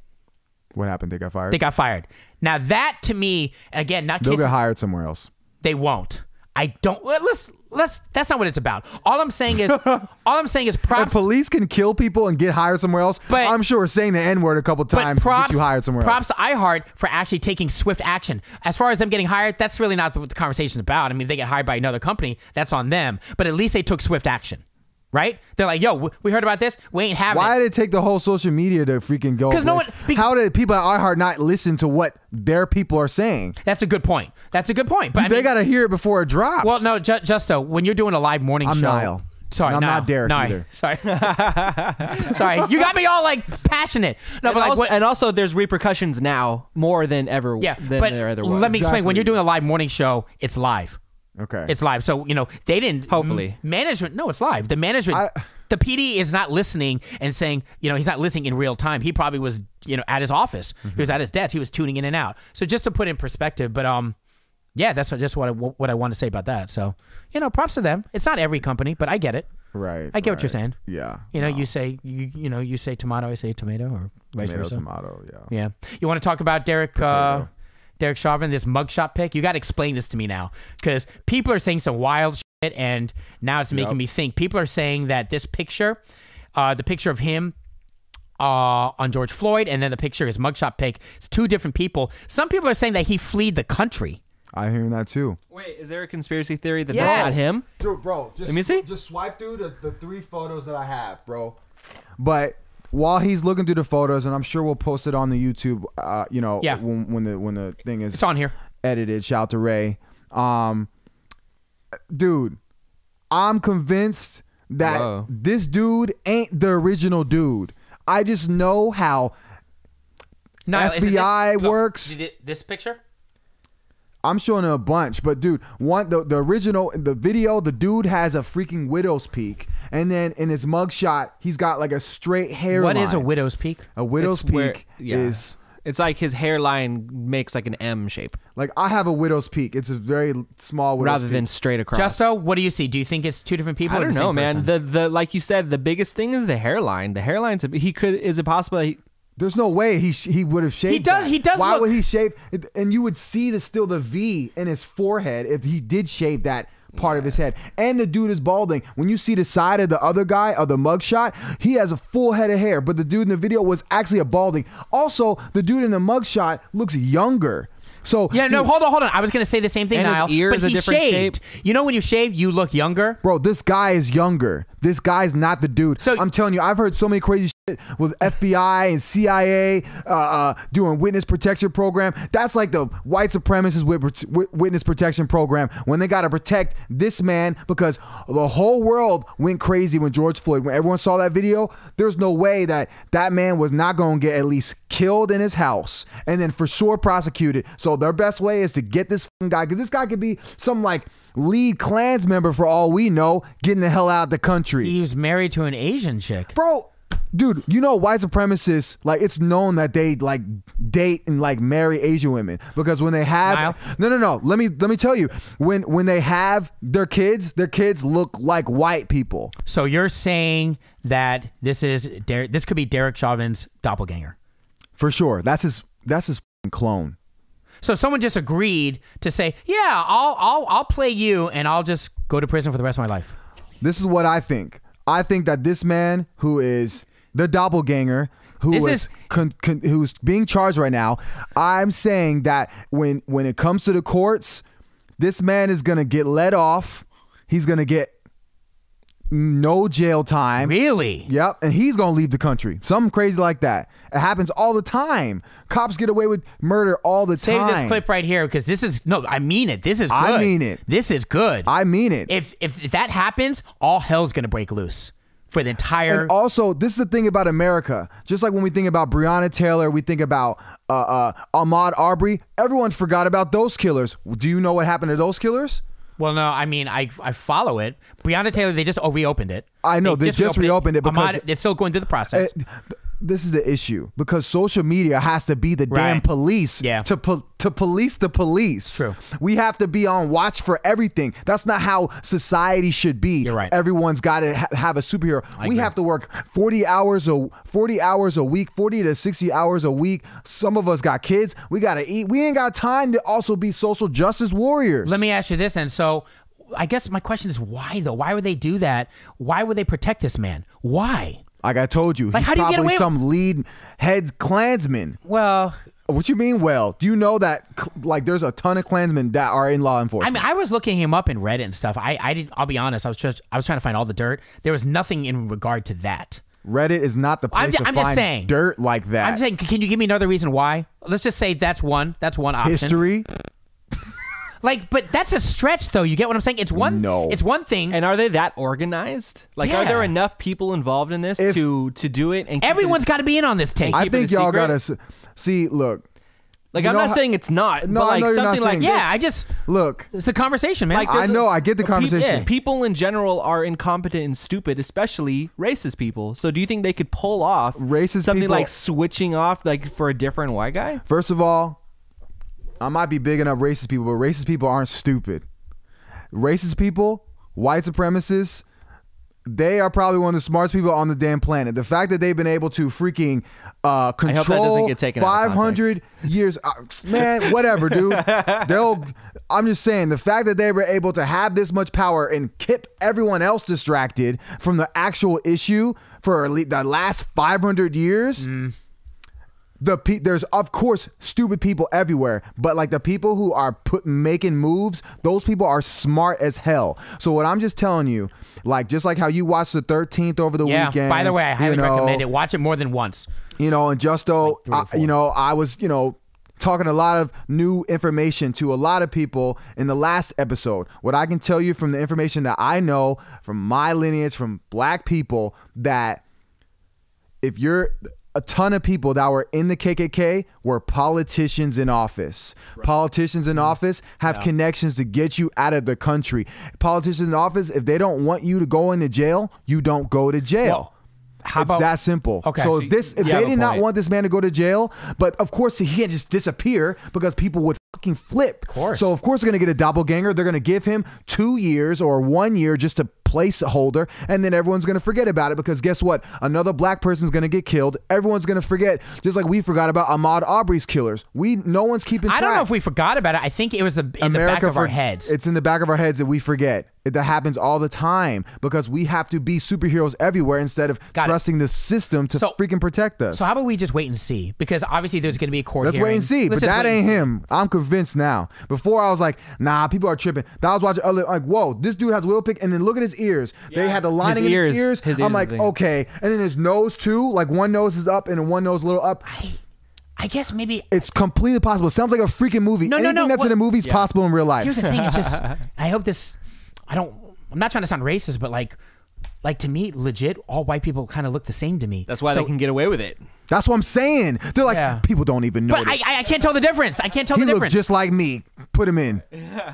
[SPEAKER 2] What happened? They got fired.
[SPEAKER 1] they got fired. Now that to me, and again, not
[SPEAKER 2] They'll
[SPEAKER 1] kissing-
[SPEAKER 2] get hired somewhere else.
[SPEAKER 1] they won't. I don't. well, Let's let's. That's not what it's about. All I'm saying is, all I'm saying is
[SPEAKER 2] And
[SPEAKER 1] props.
[SPEAKER 2] police can kill people and get hired somewhere else.
[SPEAKER 1] But-
[SPEAKER 2] I'm sure saying the N word a couple
[SPEAKER 1] but
[SPEAKER 2] times
[SPEAKER 1] props,
[SPEAKER 2] can get you hired somewhere
[SPEAKER 1] props
[SPEAKER 2] else.
[SPEAKER 1] to iHeart for actually taking swift action. As far as them getting hired, that's really not what the conversation's about. I mean, if they get hired by another company, that's on them. But at least they took swift action, right? They're like, "Yo, w- we heard about this. We ain't having
[SPEAKER 2] Why
[SPEAKER 1] it."
[SPEAKER 2] did it take the whole social media to freaking go?
[SPEAKER 1] 'Cause no
[SPEAKER 2] place?
[SPEAKER 1] one- be-
[SPEAKER 2] How did people at iHeart not listen to what their people are saying?
[SPEAKER 1] That's a good point. That's a good point. But I
[SPEAKER 2] they
[SPEAKER 1] mean-
[SPEAKER 2] got to hear it before it drops.
[SPEAKER 1] Well, no, ju- just so when you're doing a live morning
[SPEAKER 2] I'm
[SPEAKER 1] show.
[SPEAKER 2] Niall.
[SPEAKER 1] Sorry,
[SPEAKER 2] And I'm
[SPEAKER 1] Niall.
[SPEAKER 2] not Derek
[SPEAKER 1] Sorry.
[SPEAKER 2] either.
[SPEAKER 1] Sorry, sorry. You got me all like passionate. No, but
[SPEAKER 3] and,
[SPEAKER 1] like
[SPEAKER 3] also,
[SPEAKER 1] what?
[SPEAKER 3] and also, there's repercussions now more than ever.
[SPEAKER 1] yeah,
[SPEAKER 3] than
[SPEAKER 1] but
[SPEAKER 3] there
[SPEAKER 1] let
[SPEAKER 3] other
[SPEAKER 1] me
[SPEAKER 3] was.
[SPEAKER 1] explain. When
[SPEAKER 2] Exactly.
[SPEAKER 1] you're doing a live morning show, it's live.
[SPEAKER 2] Okay.
[SPEAKER 1] It's live. So you know they didn't.
[SPEAKER 3] Hopefully.
[SPEAKER 1] m- management. No, it's live. The management.
[SPEAKER 2] I-
[SPEAKER 1] the PD is not listening and saying, you know, he's not listening in real time. He probably was, you know, at his office. He
[SPEAKER 3] Mm-hmm.
[SPEAKER 1] was at his desk. He was tuning in and out. So just to put in perspective, but um, yeah, that's just what I, what I want to say about that. So you know, props to them. It's not every company, but I get it.
[SPEAKER 2] right.
[SPEAKER 1] I get what you're
[SPEAKER 2] right.
[SPEAKER 1] saying.
[SPEAKER 2] Yeah.
[SPEAKER 1] You know, you say you you know you say tomato, I say tomato, or vice
[SPEAKER 2] tomato,
[SPEAKER 1] versa.
[SPEAKER 2] tomato. Yeah.
[SPEAKER 1] Yeah. You want to talk about Derek uh,
[SPEAKER 2] Potato.
[SPEAKER 1] Derek Chauvin, this mugshot pick? You got to explain this to me now, because people are saying some wild shit, and now it's making
[SPEAKER 2] Yep.
[SPEAKER 1] me think. People are saying that this picture, uh, the picture of him. Uh, on George Floyd, and then the picture, his mugshot pic. It's two different people. Some people are saying that he fled the country.
[SPEAKER 2] I hear that too.
[SPEAKER 3] Wait, is there a conspiracy theory that
[SPEAKER 1] Yes.
[SPEAKER 3] that's not him?
[SPEAKER 2] Dude, bro, just
[SPEAKER 3] Let me see.
[SPEAKER 2] Just swipe through the, the three photos that I have, bro. But while he's looking through the photos, and I'm sure we'll post it on the YouTube. Uh, you know,
[SPEAKER 1] Yeah.
[SPEAKER 2] when, when the when the thing is
[SPEAKER 1] It's on here.
[SPEAKER 2] edited. Shout out to Ray. Um, dude, I'm convinced that
[SPEAKER 3] Whoa.
[SPEAKER 2] this dude ain't the original dude. I just know how
[SPEAKER 1] Niall, is it this-
[SPEAKER 2] FBI
[SPEAKER 1] look,
[SPEAKER 2] works.
[SPEAKER 1] th- This picture?
[SPEAKER 2] I'm showing a bunch, but dude, one the, the original the video, the dude has a freaking widow's peak, and then in his mugshot, he's got like a straight hairline.
[SPEAKER 1] What is a widow's peak?
[SPEAKER 2] A widow's
[SPEAKER 3] It's
[SPEAKER 2] peak
[SPEAKER 3] where- yeah.
[SPEAKER 2] is
[SPEAKER 3] It's like his hairline makes like an M shape
[SPEAKER 2] like I have a widow's peak. It's a very small widow's
[SPEAKER 3] rather
[SPEAKER 2] peak.
[SPEAKER 3] than straight across.
[SPEAKER 1] Justo, what do you see? Do you think it's two different people?
[SPEAKER 3] I
[SPEAKER 1] or
[SPEAKER 3] don't
[SPEAKER 1] the
[SPEAKER 3] know,
[SPEAKER 1] same
[SPEAKER 3] man.
[SPEAKER 1] person?
[SPEAKER 3] The the like you said, the biggest thing is the hairline. The hairline's a, he could is it possible? He,
[SPEAKER 2] There's no way he sh- he would have shaved.
[SPEAKER 1] does-
[SPEAKER 2] that.
[SPEAKER 1] he does
[SPEAKER 2] Why
[SPEAKER 1] look-
[SPEAKER 2] would he shave? And you would see the still the V in his forehead if he did shave that part of his head. And the dude is balding. When you see the side of the other guy of the mugshot, he has a full head of hair, but the dude in the video was actually a balding. Also, the dude in the mugshot looks younger. So
[SPEAKER 1] Yeah, no,
[SPEAKER 2] dude,
[SPEAKER 1] hold on, hold on. I was gonna say the same thing,
[SPEAKER 3] And his
[SPEAKER 1] Niall.
[SPEAKER 3] ear
[SPEAKER 1] but
[SPEAKER 3] is a
[SPEAKER 1] he
[SPEAKER 3] different
[SPEAKER 1] shaved. You know, when you shave, you look younger.
[SPEAKER 2] Bro, this guy is younger. This guy's not the dude.
[SPEAKER 1] So-
[SPEAKER 2] I'm telling you, I've heard so many crazy shit with FBI and CIA uh, uh, doing witness protection program. That's like the white supremacists wit- wit- witness protection program when they got to protect this man because the whole world went crazy when George Floyd. When everyone saw that video, there's no way that that man was not going to get at least killed in his house and then for sure prosecuted. So their best way is to get this fucking guy because this guy could be some like lead Klans member for all we know, getting the hell out of the country.
[SPEAKER 1] He was married to an Asian chick.
[SPEAKER 2] Bro, dude, you know white supremacists, like it's known that they like date and like marry Asian women because when they have
[SPEAKER 1] Niall?
[SPEAKER 2] No, no, no. Let me let me tell you. When when they have their kids, their kids look like white people.
[SPEAKER 1] So you're saying that this is Der- this could be Derek Chauvin's doppelganger.
[SPEAKER 2] For sure. That's his that's his fucking clone.
[SPEAKER 1] So someone just agreed to say, "Yeah, I'll I'll I'll play you, and I'll just go to prison for the rest of my life."
[SPEAKER 2] This is what I think. I think that this man who is the doppelganger who
[SPEAKER 1] This
[SPEAKER 2] is
[SPEAKER 1] is-
[SPEAKER 2] con, con, who's being charged right now, I'm saying that when when it comes to the courts, this man is going to get let off. He's going to get no jail time.
[SPEAKER 1] Really?
[SPEAKER 2] Yep, and he's gonna leave the country. Something crazy like that. It happens all the time. Cops get away with murder all the
[SPEAKER 1] Save
[SPEAKER 2] time.
[SPEAKER 1] this clip right here because this is no. I mean it. This is. Good.
[SPEAKER 2] I mean it.
[SPEAKER 1] This is good.
[SPEAKER 2] I mean it.
[SPEAKER 1] if if if that happens, all hell's gonna break loose for the entire.
[SPEAKER 2] And also, this is the thing about America. Just like when we think about Breonna Taylor, we think about uh, uh, Ahmaud Arbery. Everyone forgot about those killers. Do you know what happened to those killers?
[SPEAKER 1] well, no, I mean I I follow it. Breonna Taylor, they just oh, reopened it.
[SPEAKER 2] I know, they just reopened it because-
[SPEAKER 1] Ahmad- it's still going through the process.
[SPEAKER 2] It- Eh, this is the issue because social media has to be the damn
[SPEAKER 1] Right.
[SPEAKER 2] police
[SPEAKER 1] Yeah.
[SPEAKER 2] to po- to police the police.
[SPEAKER 1] True.
[SPEAKER 2] We have to be on watch for everything. That's not how society should be.
[SPEAKER 1] You're right.
[SPEAKER 2] Everyone's got to ha- have a superhero. we have to work 40 hours a 40 hours a week, 40 to 60 hours a week. Some of us got kids. We got to eat. We ain't got time to also be social justice warriors.
[SPEAKER 1] Let me ask you this, and so I guess my question is why though? Why would they do that? Why would they protect this man? Why?
[SPEAKER 2] Like I told you,
[SPEAKER 1] Like,
[SPEAKER 2] he's
[SPEAKER 1] how do you get
[SPEAKER 2] probably
[SPEAKER 1] away-
[SPEAKER 2] some lead head Klansman.
[SPEAKER 1] Well,
[SPEAKER 2] What you mean? Well, do you know that cl- like there's a ton of Klansmen that are in law
[SPEAKER 1] I
[SPEAKER 2] enforcement?
[SPEAKER 1] mean, I was looking him up in Reddit and stuff. I, I didn't. I'll be honest. I was just, I was trying to find all the dirt. There was nothing in regard to that.
[SPEAKER 2] Reddit is not the place
[SPEAKER 1] ju-
[SPEAKER 2] to
[SPEAKER 1] I'm just
[SPEAKER 2] find
[SPEAKER 1] saying.
[SPEAKER 2] dirt like that.
[SPEAKER 1] I'm saying, c- can you give me another reason why? Let's just say that's one. That's one option.
[SPEAKER 2] History?
[SPEAKER 1] Like, but that's a stretch, though. You get what I'm saying? It's one.
[SPEAKER 2] No.
[SPEAKER 1] It's one thing.
[SPEAKER 3] And are they that organized? Like, are
[SPEAKER 1] Yeah.
[SPEAKER 3] there enough people involved in this
[SPEAKER 2] If-
[SPEAKER 3] to to do it? And keep it
[SPEAKER 1] Everyone's
[SPEAKER 3] as-
[SPEAKER 1] got to be in on this take.
[SPEAKER 2] I
[SPEAKER 3] keep it
[SPEAKER 2] think
[SPEAKER 3] a
[SPEAKER 2] y'all
[SPEAKER 3] secret?
[SPEAKER 2] gotta s- see. Look,
[SPEAKER 3] like,
[SPEAKER 2] you
[SPEAKER 3] I'm
[SPEAKER 2] know
[SPEAKER 3] not
[SPEAKER 2] how-
[SPEAKER 3] saying it's not,
[SPEAKER 2] No,
[SPEAKER 3] but
[SPEAKER 2] I
[SPEAKER 3] like
[SPEAKER 2] know you're not
[SPEAKER 3] something like
[SPEAKER 2] saying
[SPEAKER 1] yeah,
[SPEAKER 3] this.
[SPEAKER 1] I just
[SPEAKER 2] look.
[SPEAKER 1] it's a conversation, man.
[SPEAKER 3] Like
[SPEAKER 2] I
[SPEAKER 3] there's a-
[SPEAKER 2] know. I get the
[SPEAKER 3] pe-
[SPEAKER 2] conversation.
[SPEAKER 1] Yeah.
[SPEAKER 3] People in general are incompetent and stupid, especially racist people. So, do you think they could pull off
[SPEAKER 2] Racist
[SPEAKER 3] something
[SPEAKER 2] people-
[SPEAKER 3] like switching off, like for a different white guy?
[SPEAKER 2] First of all, I might be bigging up racist people, but racist people aren't stupid. Racist people, white supremacists, they are probably one of the smartest people on the damn planet. The fact that they've been able to freaking uh,
[SPEAKER 3] that doesn't
[SPEAKER 2] control
[SPEAKER 3] get taken out of
[SPEAKER 2] 500 years, uh, man, whatever, dude. They'll. I'm just saying the fact that they were able to have this much power and keep everyone else distracted from the actual issue for at least the last 500 years the pe- there's of course stupid people everywhere, but like the people who are put making moves, those people are smart as hell. So what I'm just telling you, like just like how you watched the 13th over the
[SPEAKER 1] yeah.
[SPEAKER 2] weekend.
[SPEAKER 1] By the way, I
[SPEAKER 2] you
[SPEAKER 1] highly
[SPEAKER 2] know,
[SPEAKER 1] recommend it. Watch it more than once.
[SPEAKER 2] You know, and Justo,
[SPEAKER 1] three or
[SPEAKER 2] I- you
[SPEAKER 1] four.
[SPEAKER 2] know, I was you know talking a lot of new information to a lot of people in the last episode. What I can tell you from the information that I know from my lineage, from Black people, that if you're a ton of people that were in the KKK were politicians in office. Politicians
[SPEAKER 1] Mm-hmm.
[SPEAKER 2] in office have connections to get you out of the country. Politicians in office, if they don't want you to go into jail, you don't go to jail.
[SPEAKER 1] Well, how
[SPEAKER 2] it's
[SPEAKER 1] about-
[SPEAKER 2] that simple.
[SPEAKER 1] Okay.
[SPEAKER 2] So
[SPEAKER 1] So
[SPEAKER 2] if this if
[SPEAKER 3] you have
[SPEAKER 2] they
[SPEAKER 3] a
[SPEAKER 2] did not
[SPEAKER 3] point.
[SPEAKER 2] want this man to go to jail, but of course he can't just disappear because people would fucking flip. Of
[SPEAKER 1] course.
[SPEAKER 2] So of course they're gonna get a doppelganger. They're gonna give him two years or one year just to placeholder, and then everyone's gonna forget about it because guess what? Another black person's gonna get killed. Everyone's gonna forget, just like we forgot about Ahmad Aubrey's killers. We no one's keeping.
[SPEAKER 1] I don't know
[SPEAKER 2] track.
[SPEAKER 1] if we forgot about it. I think it was the in the back of our
[SPEAKER 2] for-
[SPEAKER 1] heads.
[SPEAKER 2] It's in the back of our heads that we forget. It, that happens all the time because we have to be superheroes everywhere instead of
[SPEAKER 1] Got it.
[SPEAKER 2] trusting the system to
[SPEAKER 1] So-
[SPEAKER 2] freaking protect us.
[SPEAKER 1] So how about we just wait and see? Because obviously there's going to be a court
[SPEAKER 2] Let's wait
[SPEAKER 1] hearing.
[SPEAKER 2] and see.
[SPEAKER 1] Let's
[SPEAKER 2] but
[SPEAKER 1] just
[SPEAKER 2] that
[SPEAKER 1] wait and
[SPEAKER 2] ain't
[SPEAKER 1] see.
[SPEAKER 2] him. I'm convinced now. Before I was like, nah, people are tripping. Then I was watching other like, whoa, this dude has a will pick, and then look at his ears. They had the lining in
[SPEAKER 3] ears-
[SPEAKER 2] his ears.
[SPEAKER 3] his ears
[SPEAKER 2] I'm
[SPEAKER 3] are
[SPEAKER 2] like,
[SPEAKER 3] the thing.
[SPEAKER 2] okay. And then his nose too. Like one nose is up and one nose a little up.
[SPEAKER 1] I guess maybe.
[SPEAKER 2] It's completely possible. It sounds like a freaking movie.
[SPEAKER 1] No, no,
[SPEAKER 2] Anything
[SPEAKER 1] no,
[SPEAKER 2] that's in
[SPEAKER 1] what-
[SPEAKER 2] a movie is possible in real life.
[SPEAKER 1] Here's the thing. It's just. I hope this. I don't. I'm not trying to sound racist, but like, like to me, legit, all white people kind of look the same to me.
[SPEAKER 3] That's why
[SPEAKER 1] So-
[SPEAKER 3] they can get away with it.
[SPEAKER 2] That's what I'm saying. They're like,
[SPEAKER 1] Yeah.
[SPEAKER 2] people don't even notice.
[SPEAKER 1] But I, I, I can't tell the difference. I can't tell
[SPEAKER 2] he
[SPEAKER 1] the
[SPEAKER 2] looks
[SPEAKER 1] difference.
[SPEAKER 2] just like me. Put him in.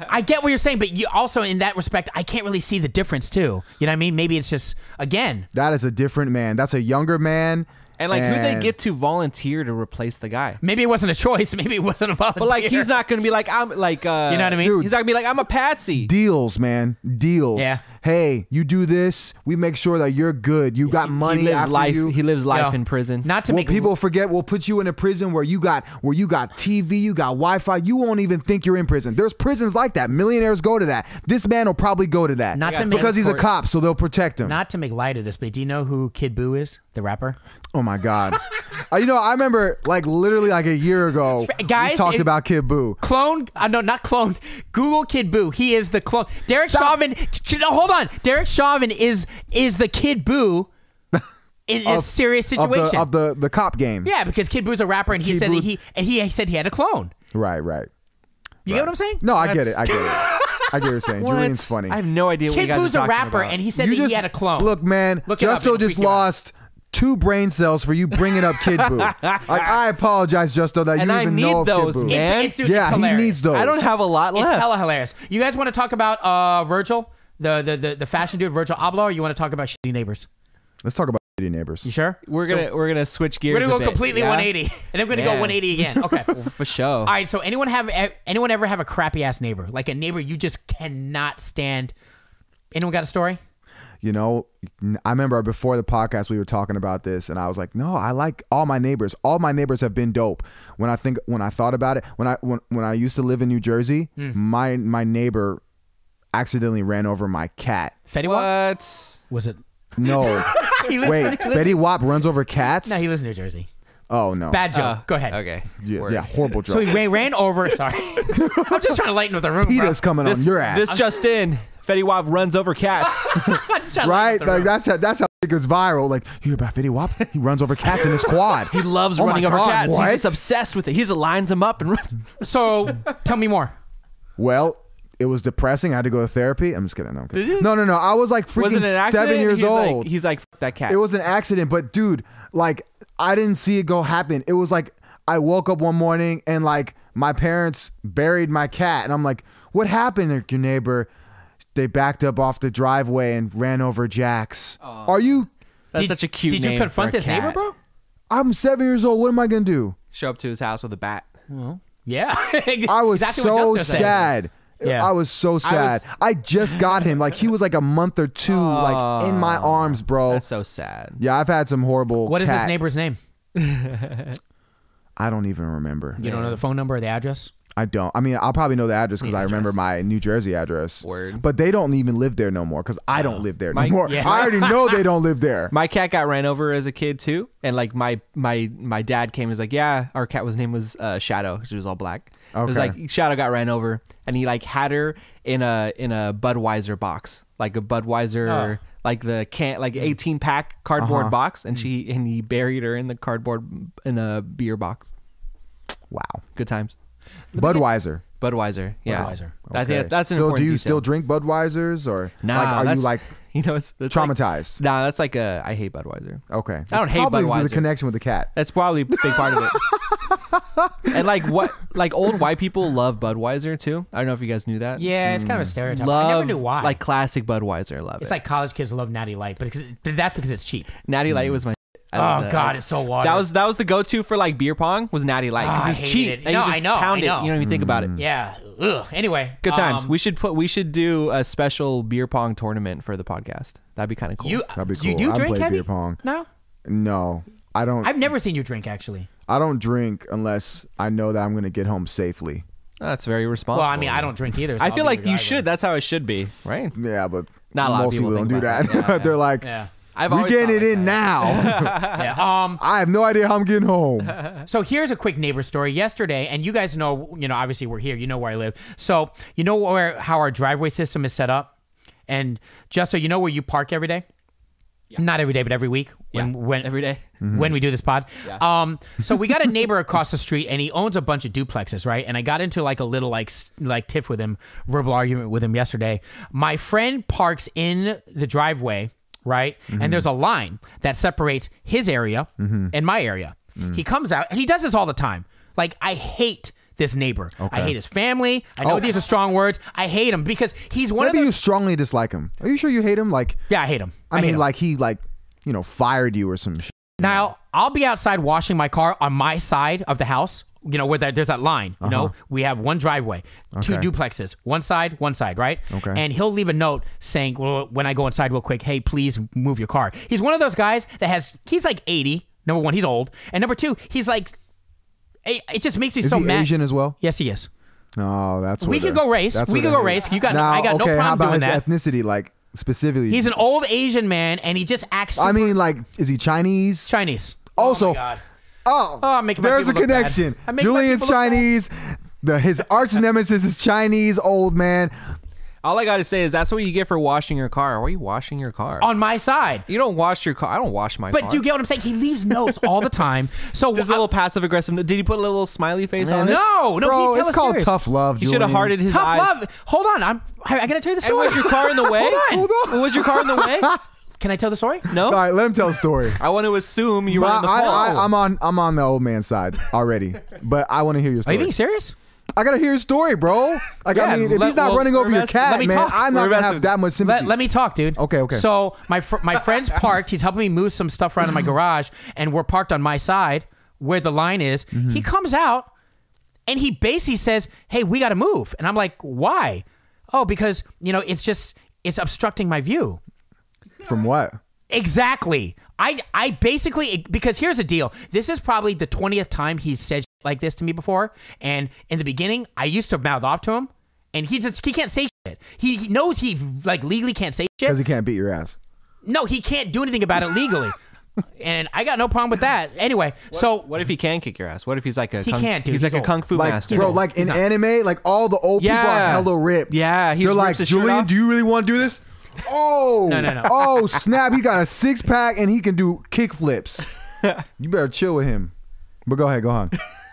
[SPEAKER 1] I get what you're saying, but you also in that respect, I can't really see the difference too. You know what I mean? Maybe it's just again.
[SPEAKER 2] That is a different man. That's a younger man.
[SPEAKER 3] And like, who they
[SPEAKER 2] and-
[SPEAKER 3] get to volunteer to replace the guy?
[SPEAKER 1] Maybe it wasn't a choice. Maybe it wasn't a volunteer.
[SPEAKER 3] But like, he's not gonna be like, I'm like, uh,
[SPEAKER 1] You know what I mean?
[SPEAKER 3] He's not gonna be like, I'm a patsy.
[SPEAKER 2] deals, man. Deals.
[SPEAKER 1] Yeah.
[SPEAKER 2] Hey, you do this, we make sure that you're good. You got money
[SPEAKER 3] he lives
[SPEAKER 2] after
[SPEAKER 3] life.
[SPEAKER 2] you.
[SPEAKER 3] He lives
[SPEAKER 1] You know,
[SPEAKER 3] life in prison.
[SPEAKER 1] Not to
[SPEAKER 2] well,
[SPEAKER 1] make
[SPEAKER 2] people forget. We'll put you in a prison where you got where you got TV, you got Wi-Fi. You won't even think you're in prison. There's prisons like that. Millionaires go to that. This man will probably go to that.
[SPEAKER 1] Not to make-
[SPEAKER 2] because he's a
[SPEAKER 3] courts.
[SPEAKER 2] cop, so they'll protect him.
[SPEAKER 1] not to make light of this, but do you know who Kid Boo is? The rapper.
[SPEAKER 2] oh my god. Uh, you know, I remember like literally like a year ago, we
[SPEAKER 1] Guys,
[SPEAKER 2] talked
[SPEAKER 1] it-
[SPEAKER 2] about Kid Boo.
[SPEAKER 1] Clone? Uh, no, not clone. Google Kid Boo. He is the clone. Derek
[SPEAKER 2] Stop.
[SPEAKER 1] Chauvin. ch- No, hold on. Derek Chauvin is is the Kid Boo in a serious
[SPEAKER 2] Of
[SPEAKER 1] situation.
[SPEAKER 2] the, of the the cop game.
[SPEAKER 1] yeah, because Kid Boo's a rapper, and he
[SPEAKER 2] Kid
[SPEAKER 1] said
[SPEAKER 2] Boo-
[SPEAKER 1] that he and he said he had a clone.
[SPEAKER 2] Right, right.
[SPEAKER 1] You get what I'm saying?
[SPEAKER 2] No, I get
[SPEAKER 3] That's-
[SPEAKER 2] it. I get it. I get what you're saying.
[SPEAKER 3] What?
[SPEAKER 2] Julian's funny.
[SPEAKER 3] I have no idea what you
[SPEAKER 1] Kid
[SPEAKER 3] guys
[SPEAKER 1] Boo's
[SPEAKER 3] are
[SPEAKER 1] a
[SPEAKER 3] talking
[SPEAKER 1] rapper,
[SPEAKER 3] about.
[SPEAKER 1] and he said that he had a clone.
[SPEAKER 2] Look, man,
[SPEAKER 1] Look it up,
[SPEAKER 2] Justo
[SPEAKER 1] it'll
[SPEAKER 2] just
[SPEAKER 1] freak you out.
[SPEAKER 2] lost two brain cells for you bringing up Kid Boo. like, I apologize, Justo, that
[SPEAKER 3] And
[SPEAKER 2] you
[SPEAKER 3] I
[SPEAKER 2] even
[SPEAKER 3] need
[SPEAKER 2] know of
[SPEAKER 3] those,
[SPEAKER 2] Kid Boo.
[SPEAKER 3] man.
[SPEAKER 1] It's,
[SPEAKER 3] And-
[SPEAKER 1] it's, dude,
[SPEAKER 2] yeah,
[SPEAKER 1] it's
[SPEAKER 2] he
[SPEAKER 1] hilarious.
[SPEAKER 2] needs those.
[SPEAKER 3] I don't have a lot
[SPEAKER 1] It's
[SPEAKER 3] left.
[SPEAKER 1] hella hilarious. You guys want to talk about uh, Virgil, the, the the the fashion dude, Virgil Abloh, or you want to talk about shitty neighbors?
[SPEAKER 2] Let's talk about shitty
[SPEAKER 1] You
[SPEAKER 2] neighbors.
[SPEAKER 1] sure?
[SPEAKER 3] We're gonna we're gonna switch gears.
[SPEAKER 1] We're gonna
[SPEAKER 3] a
[SPEAKER 1] go
[SPEAKER 3] bit,
[SPEAKER 1] completely
[SPEAKER 3] yeah?
[SPEAKER 1] 180, and I'm gonna go
[SPEAKER 3] Man.
[SPEAKER 1] 180 again. Okay.
[SPEAKER 3] for sure.
[SPEAKER 1] All right. So anyone have e, anyone ever have a crappy ass neighbor, like a neighbor you just cannot stand? Anyone got a story?
[SPEAKER 2] You know, I remember before the podcast we were talking about this, and I was like, "No, I like all my neighbors. All my neighbors have been dope." When I think, when I thought about it, when I when, when I used to live in New Jersey,
[SPEAKER 3] Hmm.
[SPEAKER 2] my my neighbor accidentally ran over my cat.
[SPEAKER 1] Fetty Wap?
[SPEAKER 3] What?
[SPEAKER 1] Was it?
[SPEAKER 2] No,
[SPEAKER 1] He lives-
[SPEAKER 2] wait,
[SPEAKER 1] he lives-
[SPEAKER 2] Betty Wap runs over cats.
[SPEAKER 1] No, he lives in New Jersey.
[SPEAKER 2] oh no,
[SPEAKER 1] Bad joke. go ahead.
[SPEAKER 3] Uh, Okay.
[SPEAKER 2] Yeah,
[SPEAKER 3] Word.
[SPEAKER 2] yeah, horrible joke.
[SPEAKER 1] So he ran, ran over. Sorry, I'm just trying to lighten up the room.
[SPEAKER 2] PETA's coming
[SPEAKER 3] This,
[SPEAKER 2] on your ass.
[SPEAKER 3] this just in. Fetty Wap runs over cats.
[SPEAKER 1] bro. I'm just trying to
[SPEAKER 2] right?
[SPEAKER 1] lighten up the
[SPEAKER 2] Like,
[SPEAKER 1] room.
[SPEAKER 2] that's how, that's how it goes viral. Like, you hear about Fetty Wap? He runs over cats in his quad.
[SPEAKER 3] He loves
[SPEAKER 2] Oh my
[SPEAKER 3] running over
[SPEAKER 2] God,
[SPEAKER 3] cats.
[SPEAKER 2] what?
[SPEAKER 3] He's just obsessed with it. He just lines them up and runs.
[SPEAKER 1] So tell me more.
[SPEAKER 2] well, it was depressing. I had to go to therapy. I'm just kidding. No, I'm kidding. no, no, no. I was like
[SPEAKER 3] Was it
[SPEAKER 2] freaking
[SPEAKER 3] an accident?
[SPEAKER 2] seven years
[SPEAKER 3] he's
[SPEAKER 2] old.
[SPEAKER 3] Like, he's like, Fuck that cat.
[SPEAKER 2] it was an accident, but dude, like, I didn't see it go happen. It was like I woke up one morning and like my parents buried my cat, and I'm like, what happened? Like, your neighbor, they backed up off the driveway and ran over Jax. Are you?
[SPEAKER 3] That's
[SPEAKER 1] Did-
[SPEAKER 3] such a cute
[SPEAKER 1] Did
[SPEAKER 3] name
[SPEAKER 1] you
[SPEAKER 3] for
[SPEAKER 1] confront
[SPEAKER 3] a
[SPEAKER 1] this
[SPEAKER 3] cat.
[SPEAKER 1] neighbor, bro?
[SPEAKER 2] I'm seven years old. What am I gonna do?
[SPEAKER 3] Show up to his house with a bat.
[SPEAKER 1] Yeah.
[SPEAKER 2] I was
[SPEAKER 1] Exactly what Justin
[SPEAKER 2] so
[SPEAKER 1] said.
[SPEAKER 2] sad.
[SPEAKER 1] Yeah.
[SPEAKER 2] I was so sad. I, just got him. Like he was like a month or two, like in my arms, bro.
[SPEAKER 3] Oh, That's so sad.
[SPEAKER 2] yeah, I've had some horrible.
[SPEAKER 1] What is
[SPEAKER 2] cat.
[SPEAKER 1] this neighbor's name?
[SPEAKER 2] I don't even remember.
[SPEAKER 1] You don't know the phone number or the address?
[SPEAKER 2] I don't. I mean, I'll probably know the address because I remember my New Jersey address.
[SPEAKER 3] Word.
[SPEAKER 2] But they don't even live there no more because I don't live there
[SPEAKER 3] My-
[SPEAKER 2] no more.
[SPEAKER 3] yeah.
[SPEAKER 2] I already know they don't live there.
[SPEAKER 3] My cat got ran over as a kid too, and like my my my dad came and was like, yeah, our cat was name was uh, Shadow. She was all black. It was
[SPEAKER 2] Okay.
[SPEAKER 3] like Shadow got ran over, and he like had her in a in a Budweiser box, like a Budweiser. Like the can,
[SPEAKER 2] Mm.
[SPEAKER 3] like eighteen pack cardboard
[SPEAKER 2] Uh-huh.
[SPEAKER 3] box, and she and he buried her in the cardboard in a beer box.
[SPEAKER 2] wow.
[SPEAKER 3] Good times,
[SPEAKER 2] Budweiser.
[SPEAKER 3] Budweiser. Yeah,
[SPEAKER 1] Budweiser.
[SPEAKER 3] I think
[SPEAKER 2] Okay.
[SPEAKER 3] that- that's an
[SPEAKER 2] so.
[SPEAKER 3] important
[SPEAKER 2] Do you
[SPEAKER 3] detail.
[SPEAKER 2] still drink Budweisers or
[SPEAKER 3] Nah,
[SPEAKER 2] like, are you
[SPEAKER 3] that's-
[SPEAKER 2] like
[SPEAKER 3] you know it's that's like-
[SPEAKER 2] traumatized?
[SPEAKER 3] nah, that's like a I hate Budweiser.
[SPEAKER 2] okay.
[SPEAKER 3] I don't hate
[SPEAKER 2] probably the
[SPEAKER 3] Budweiser.
[SPEAKER 2] connection with the cat.
[SPEAKER 3] That's probably a big part of it. and like what, like old white people love Budweiser too. I don't know if you guys knew that.
[SPEAKER 1] Yeah, it's
[SPEAKER 2] Mm.
[SPEAKER 1] kind of a stereotype.
[SPEAKER 3] love
[SPEAKER 1] I never knew why.
[SPEAKER 3] like classic Budweiser. Love
[SPEAKER 1] it's
[SPEAKER 3] it.
[SPEAKER 1] like college kids love Natty Light, but, because, but that's because it's cheap.
[SPEAKER 3] Natty Light was my. I love
[SPEAKER 1] Oh,
[SPEAKER 3] that.
[SPEAKER 1] God, it's so watered.
[SPEAKER 3] That was that was the go to for like beer pong was Natty Light
[SPEAKER 1] Oh, I
[SPEAKER 3] because
[SPEAKER 1] hated
[SPEAKER 3] it's cheap.
[SPEAKER 1] it.
[SPEAKER 3] and
[SPEAKER 1] No,
[SPEAKER 3] you just
[SPEAKER 1] I know,
[SPEAKER 3] Pound
[SPEAKER 1] I know.
[SPEAKER 3] it. You don't even think about it.
[SPEAKER 1] Yeah. Ugh. Anyway.
[SPEAKER 3] Good times.
[SPEAKER 1] um,
[SPEAKER 3] we should put we should do a special beer pong tournament for the podcast. That'd be kind of cool.
[SPEAKER 1] you
[SPEAKER 2] That'd be
[SPEAKER 1] do you
[SPEAKER 2] cool.
[SPEAKER 1] do
[SPEAKER 2] I'd
[SPEAKER 1] drink
[SPEAKER 2] play
[SPEAKER 1] heavy?
[SPEAKER 2] beer pong.
[SPEAKER 1] No,
[SPEAKER 2] No, I don't.
[SPEAKER 1] I've never seen you drink actually.
[SPEAKER 2] I don't drink unless I know that I'm gonna get home safely.
[SPEAKER 3] That's very responsible.
[SPEAKER 1] Well, I mean, I don't drink either. so
[SPEAKER 3] I
[SPEAKER 1] I'll
[SPEAKER 3] feel
[SPEAKER 1] be
[SPEAKER 3] like
[SPEAKER 1] your
[SPEAKER 3] you
[SPEAKER 1] guy
[SPEAKER 3] should.
[SPEAKER 1] then.
[SPEAKER 3] That's how it should be, right?
[SPEAKER 2] Yeah, but
[SPEAKER 3] Not a lot of
[SPEAKER 2] most
[SPEAKER 3] people
[SPEAKER 2] people, don't do
[SPEAKER 3] think
[SPEAKER 2] that.
[SPEAKER 3] about
[SPEAKER 2] They're like,
[SPEAKER 1] Yeah.
[SPEAKER 3] I've
[SPEAKER 2] we're
[SPEAKER 3] always
[SPEAKER 2] getting
[SPEAKER 3] thought
[SPEAKER 2] it
[SPEAKER 3] like
[SPEAKER 2] in now.
[SPEAKER 1] Yeah. Um.
[SPEAKER 2] I have no idea how I'm getting home.
[SPEAKER 1] So here's a quick neighbor story. Yesterday, and you guys know, you know, obviously we're here. You know where I live. So you know where how our driveway system is set up, and just so you know where you park every day. Not every day, but every week. When,
[SPEAKER 3] Yeah,
[SPEAKER 1] when
[SPEAKER 3] every day.
[SPEAKER 2] Mm-hmm.
[SPEAKER 1] when we do this pod.
[SPEAKER 3] Yeah.
[SPEAKER 1] Um, so we got a neighbor across the street, and he owns a bunch of duplexes, right? And I got into like a little like s- like tiff with him, verbal argument with him yesterday. My friend parks in the driveway, right?
[SPEAKER 2] Mm-hmm.
[SPEAKER 1] And there's a line that separates his area and my area.
[SPEAKER 2] Mm.
[SPEAKER 1] He comes out, and he does this all the time. Like I hate. This neighbor, I hate his family. I know
[SPEAKER 2] Oh.
[SPEAKER 1] these are strong words. I hate him because he's one
[SPEAKER 2] Maybe
[SPEAKER 1] of
[SPEAKER 2] you
[SPEAKER 1] those.
[SPEAKER 2] strongly dislike him. Are you sure you hate him? Like,
[SPEAKER 1] yeah, I hate him.
[SPEAKER 2] I,
[SPEAKER 1] hate
[SPEAKER 2] mean,
[SPEAKER 1] him.
[SPEAKER 2] like he like you know fired you or some shit.
[SPEAKER 1] Now I'll be outside washing my car on my side of the house. You know where that, there's that line. You know we have one driveway, two
[SPEAKER 2] Uh-huh. Okay.
[SPEAKER 1] duplexes, one side, one side, right?
[SPEAKER 2] Okay.
[SPEAKER 1] And he'll leave a note saying, "Well, when I go inside real quick, hey, please move your car." He's one of those guys that has. He's like 80. Number one, he's old, and number two, he's like. It, it just makes me
[SPEAKER 2] Is
[SPEAKER 1] so
[SPEAKER 2] he
[SPEAKER 1] mad.
[SPEAKER 2] Asian as well?
[SPEAKER 1] Yes, he is.
[SPEAKER 2] No, that's
[SPEAKER 1] We
[SPEAKER 2] where
[SPEAKER 1] could
[SPEAKER 2] the-
[SPEAKER 1] go race.
[SPEAKER 2] that's
[SPEAKER 1] We could
[SPEAKER 2] where the-
[SPEAKER 1] go race. You got-
[SPEAKER 2] Now,
[SPEAKER 1] I got no
[SPEAKER 2] okay, how
[SPEAKER 1] problem doing
[SPEAKER 2] about
[SPEAKER 1] that.
[SPEAKER 2] his ethnicity? Like specifically,
[SPEAKER 1] He's an old Asian man, and he just acts.
[SPEAKER 2] I
[SPEAKER 1] super
[SPEAKER 2] mean, like, is he Chinese?
[SPEAKER 1] Chinese.
[SPEAKER 2] Also,
[SPEAKER 1] oh my God.
[SPEAKER 2] oh,
[SPEAKER 1] Oh, I'm making my
[SPEAKER 2] there's a
[SPEAKER 1] people look bad.
[SPEAKER 2] connection.
[SPEAKER 1] I'm making my
[SPEAKER 2] Julian's
[SPEAKER 1] people look bad.
[SPEAKER 2] Chinese. The, his arch nemesis is Chinese old man.
[SPEAKER 3] All I gotta say is that's what you get for washing your car. Why are you washing your car?
[SPEAKER 1] on my side.
[SPEAKER 3] you don't wash your car. I don't wash my car.
[SPEAKER 1] But do you get what I'm saying? He leaves notes all the time. So
[SPEAKER 3] just a
[SPEAKER 1] I-
[SPEAKER 3] little passive aggressive. Did he put a little smiley face
[SPEAKER 2] Man,
[SPEAKER 3] on
[SPEAKER 2] this-
[SPEAKER 3] it?
[SPEAKER 1] No, no,
[SPEAKER 2] bro,
[SPEAKER 1] he's
[SPEAKER 2] it's
[SPEAKER 1] hella
[SPEAKER 2] called
[SPEAKER 1] serious.
[SPEAKER 2] tough love.
[SPEAKER 3] He should have
[SPEAKER 2] Julian.
[SPEAKER 3] hearted his
[SPEAKER 1] tough
[SPEAKER 3] eyes.
[SPEAKER 1] love. Hold on, I'm. I, I gotta tell you the
[SPEAKER 3] And
[SPEAKER 1] story.
[SPEAKER 3] was your car in the way?
[SPEAKER 1] Hold on.
[SPEAKER 3] Was your car in the way?
[SPEAKER 1] Can I tell the story?
[SPEAKER 3] No.
[SPEAKER 2] All right, let him tell the story.
[SPEAKER 3] I want to assume you were in the
[SPEAKER 2] I,
[SPEAKER 3] pole.
[SPEAKER 2] am on I'm on the old man's side already, but I want to hear your
[SPEAKER 1] Are
[SPEAKER 2] story.
[SPEAKER 1] you being serious?
[SPEAKER 2] I gotta hear your story, bro. Like,
[SPEAKER 1] Yeah,
[SPEAKER 2] I mean, if
[SPEAKER 1] let-
[SPEAKER 2] he's not
[SPEAKER 1] well,
[SPEAKER 2] running over
[SPEAKER 3] we're
[SPEAKER 2] your
[SPEAKER 3] messing- let
[SPEAKER 2] cat,
[SPEAKER 1] me
[SPEAKER 2] man,
[SPEAKER 1] talk.
[SPEAKER 2] I'm not
[SPEAKER 3] We're
[SPEAKER 2] gonna
[SPEAKER 3] messing.
[SPEAKER 2] have that much sympathy.
[SPEAKER 1] Let, let me talk, dude.
[SPEAKER 2] Okay, okay.
[SPEAKER 1] So my fr- my friend's parked. He's helping me move some stuff around in my garage, and we're parked on my side where the line is.
[SPEAKER 3] Mm-hmm.
[SPEAKER 1] He comes out, and he basically says, "Hey, we got to move." And I'm like, "Why? Oh, because you know it's just it's obstructing my view."
[SPEAKER 2] From what?
[SPEAKER 1] Exactly. I I basically because here's the deal. This is probably the twentieth time he's said shit like this to me before. And in the beginning, I used to mouth off to him, and he just he can't say shit. He, he knows he like legally can't say shit.
[SPEAKER 2] Because he can't beat your ass.
[SPEAKER 1] no, he can't do anything about it legally. and I got no problem with that. Anyway, so
[SPEAKER 3] What if he can kick your ass? What if he's like a
[SPEAKER 1] He
[SPEAKER 3] kung,
[SPEAKER 1] can't, dude.
[SPEAKER 3] He's like
[SPEAKER 1] He's
[SPEAKER 3] a
[SPEAKER 1] old.
[SPEAKER 3] kung fu
[SPEAKER 2] Like,
[SPEAKER 3] master.
[SPEAKER 2] bro, like in
[SPEAKER 1] not.
[SPEAKER 2] anime, like all the old people are
[SPEAKER 3] Yeah.
[SPEAKER 2] hella ripped.
[SPEAKER 3] Yeah, he
[SPEAKER 2] they're
[SPEAKER 3] rips
[SPEAKER 2] like,
[SPEAKER 3] his shirt
[SPEAKER 2] Julian,
[SPEAKER 3] off."
[SPEAKER 2] do you really want to do this? Oh,
[SPEAKER 1] No, no, no.
[SPEAKER 2] oh, snap! He got a six pack and he can do kick flips. you better chill with him. But go ahead, go on.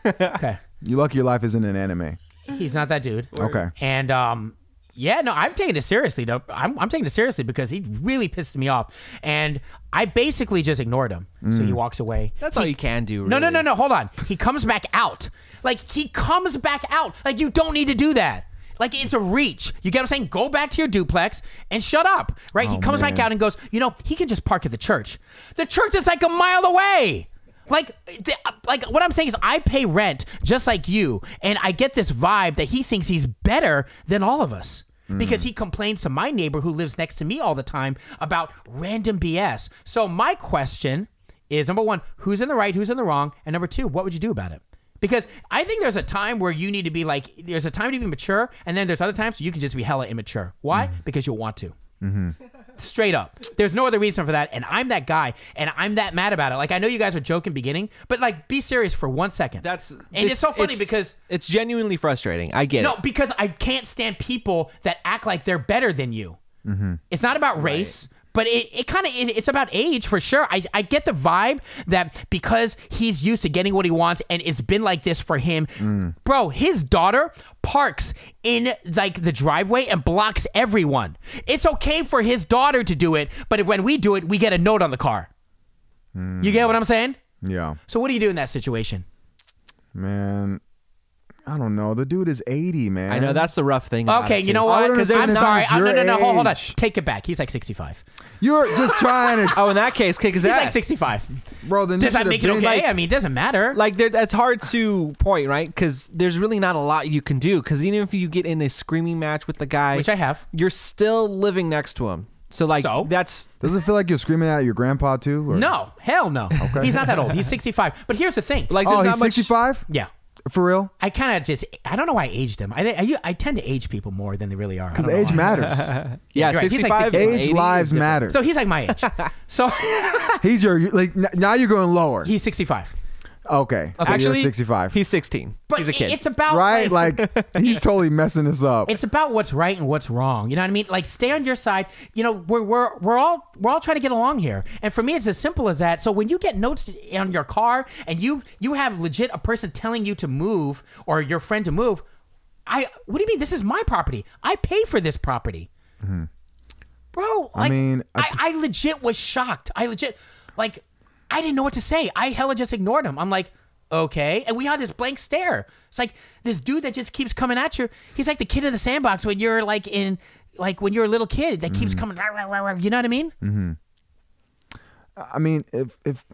[SPEAKER 1] okay,
[SPEAKER 2] You're lucky your life isn't an anime.
[SPEAKER 1] he's not that dude.
[SPEAKER 2] Okay.
[SPEAKER 1] And um, yeah, no, I'm taking it seriously though. I'm, I'm taking it seriously because he really pissed me off, and I basically just ignored him. So he walks away.
[SPEAKER 3] That's all you can do.
[SPEAKER 1] No, no,
[SPEAKER 3] really.
[SPEAKER 1] no, no. Hold on. He comes back out. Like he comes back out. Like you don't need to do that. Like it's a reach. You get what I'm saying? Go back to your duplex and shut up. Right?
[SPEAKER 3] Oh,
[SPEAKER 1] he comes back
[SPEAKER 2] man.
[SPEAKER 1] out and goes, you know, he can just park at the church. The church is like a mile away. Like, the, uh, like what I'm saying is, I pay rent just like you, and I get this vibe that he thinks he's better than all of us
[SPEAKER 3] Mm.
[SPEAKER 1] because he complains to my neighbor who lives next to me all the time about random BS. So my question is number one, who's in the right, who's in the wrong, and number two, what would you do about it? Because I think there's a time where you need to be like, there's a time to be mature, and then there's other times you can just be hella immature. Why? Because you'll want to. Straight up. There's no other reason for that. And I'm that guy, and I'm that mad about it. Like I know you guys were joking beginning, but like be serious for one second.
[SPEAKER 3] That's
[SPEAKER 1] and it's, so funny because
[SPEAKER 3] it's genuinely frustrating. I get
[SPEAKER 1] no,
[SPEAKER 3] it.
[SPEAKER 1] because I can't stand people that act like they're better than you. It's not about race, but it, it kind of it, it's about age for sure. I, I get the vibe that because he's used to getting what he wants and it's been like this for him, bro, his daughter parks in like the driveway and blocks everyone. It's okay for his daughter to do it, but if, when we do it, we get a note on the car. You get what I'm saying?
[SPEAKER 2] Yeah.
[SPEAKER 1] So what do you do in that situation?
[SPEAKER 2] Man, I don't know. The dude is 80, man.
[SPEAKER 3] I know that's the rough thing. about
[SPEAKER 1] Okay,
[SPEAKER 3] it,
[SPEAKER 1] you
[SPEAKER 3] too.
[SPEAKER 1] know
[SPEAKER 2] I
[SPEAKER 1] what?
[SPEAKER 2] don't
[SPEAKER 1] Because
[SPEAKER 2] understand
[SPEAKER 1] I'm
[SPEAKER 2] is
[SPEAKER 1] sorry.
[SPEAKER 2] it's
[SPEAKER 1] I'm, no,
[SPEAKER 2] your
[SPEAKER 1] no, no. Hold, hold on.
[SPEAKER 2] age.
[SPEAKER 1] Take it back. He's like 65.
[SPEAKER 2] You're just trying to,
[SPEAKER 3] Oh, in that case, kick his
[SPEAKER 1] He's
[SPEAKER 3] ass.
[SPEAKER 1] like 65.
[SPEAKER 2] bro. Then you
[SPEAKER 1] Does that
[SPEAKER 2] should've
[SPEAKER 1] make it
[SPEAKER 2] been-
[SPEAKER 1] okay?
[SPEAKER 2] like-
[SPEAKER 1] I mean, it doesn't matter.
[SPEAKER 3] Like there, that's hard to point right because there's really not a lot you can do because even if you get in a screaming match with the guy,
[SPEAKER 1] Which I have.
[SPEAKER 3] you're still living next to him. So like
[SPEAKER 1] So?
[SPEAKER 3] that's
[SPEAKER 2] Does it feel like you're screaming at your grandpa too? or-
[SPEAKER 1] no, hell no. He's not that old. He's 65. But here's the thing.
[SPEAKER 3] like there's
[SPEAKER 2] Oh,
[SPEAKER 3] not
[SPEAKER 2] he's
[SPEAKER 3] much.
[SPEAKER 2] 65.
[SPEAKER 1] yeah.
[SPEAKER 2] For real?
[SPEAKER 1] I kind of just, I don't know why I aged him. I, I, I tend to age people more than they really are. I
[SPEAKER 2] Because
[SPEAKER 1] don't know
[SPEAKER 2] age
[SPEAKER 1] why.
[SPEAKER 2] matters.
[SPEAKER 3] Yeah,
[SPEAKER 1] You're right, he's like
[SPEAKER 3] 65,
[SPEAKER 1] 65.
[SPEAKER 2] age
[SPEAKER 3] 80
[SPEAKER 2] lives
[SPEAKER 3] is different.
[SPEAKER 2] matter.
[SPEAKER 1] So he's like my age. So
[SPEAKER 2] he's your like n- now you're going lower.
[SPEAKER 1] he's 65.
[SPEAKER 2] okay, so
[SPEAKER 3] Actually,
[SPEAKER 2] you're 65.
[SPEAKER 3] He's 16.
[SPEAKER 1] But
[SPEAKER 3] he's a kid.
[SPEAKER 1] it's about
[SPEAKER 2] right?
[SPEAKER 1] like
[SPEAKER 2] Like he's totally messing us up.
[SPEAKER 1] it's about what's right and what's wrong. You know what I mean? Like stay on your side. You know, we're we're we're all we're all trying to get along here. And for me it's as simple as that. So when you get notes on your car and you you have legit a person telling you to move or your friend to move, I what do you mean this is my property? I pay for this property. Bro, like, I
[SPEAKER 2] mean, I
[SPEAKER 1] I, I legit was shocked. I legit like I didn't know what to say. I hella just ignored him. I'm like, okay. And we had this blank stare. It's like this dude that just keeps coming at you. He's like the kid in the sandbox when you're like in like when you're a little kid that keeps coming. "Rah, rah, rah, rah," You know what I mean?
[SPEAKER 2] I mean, if if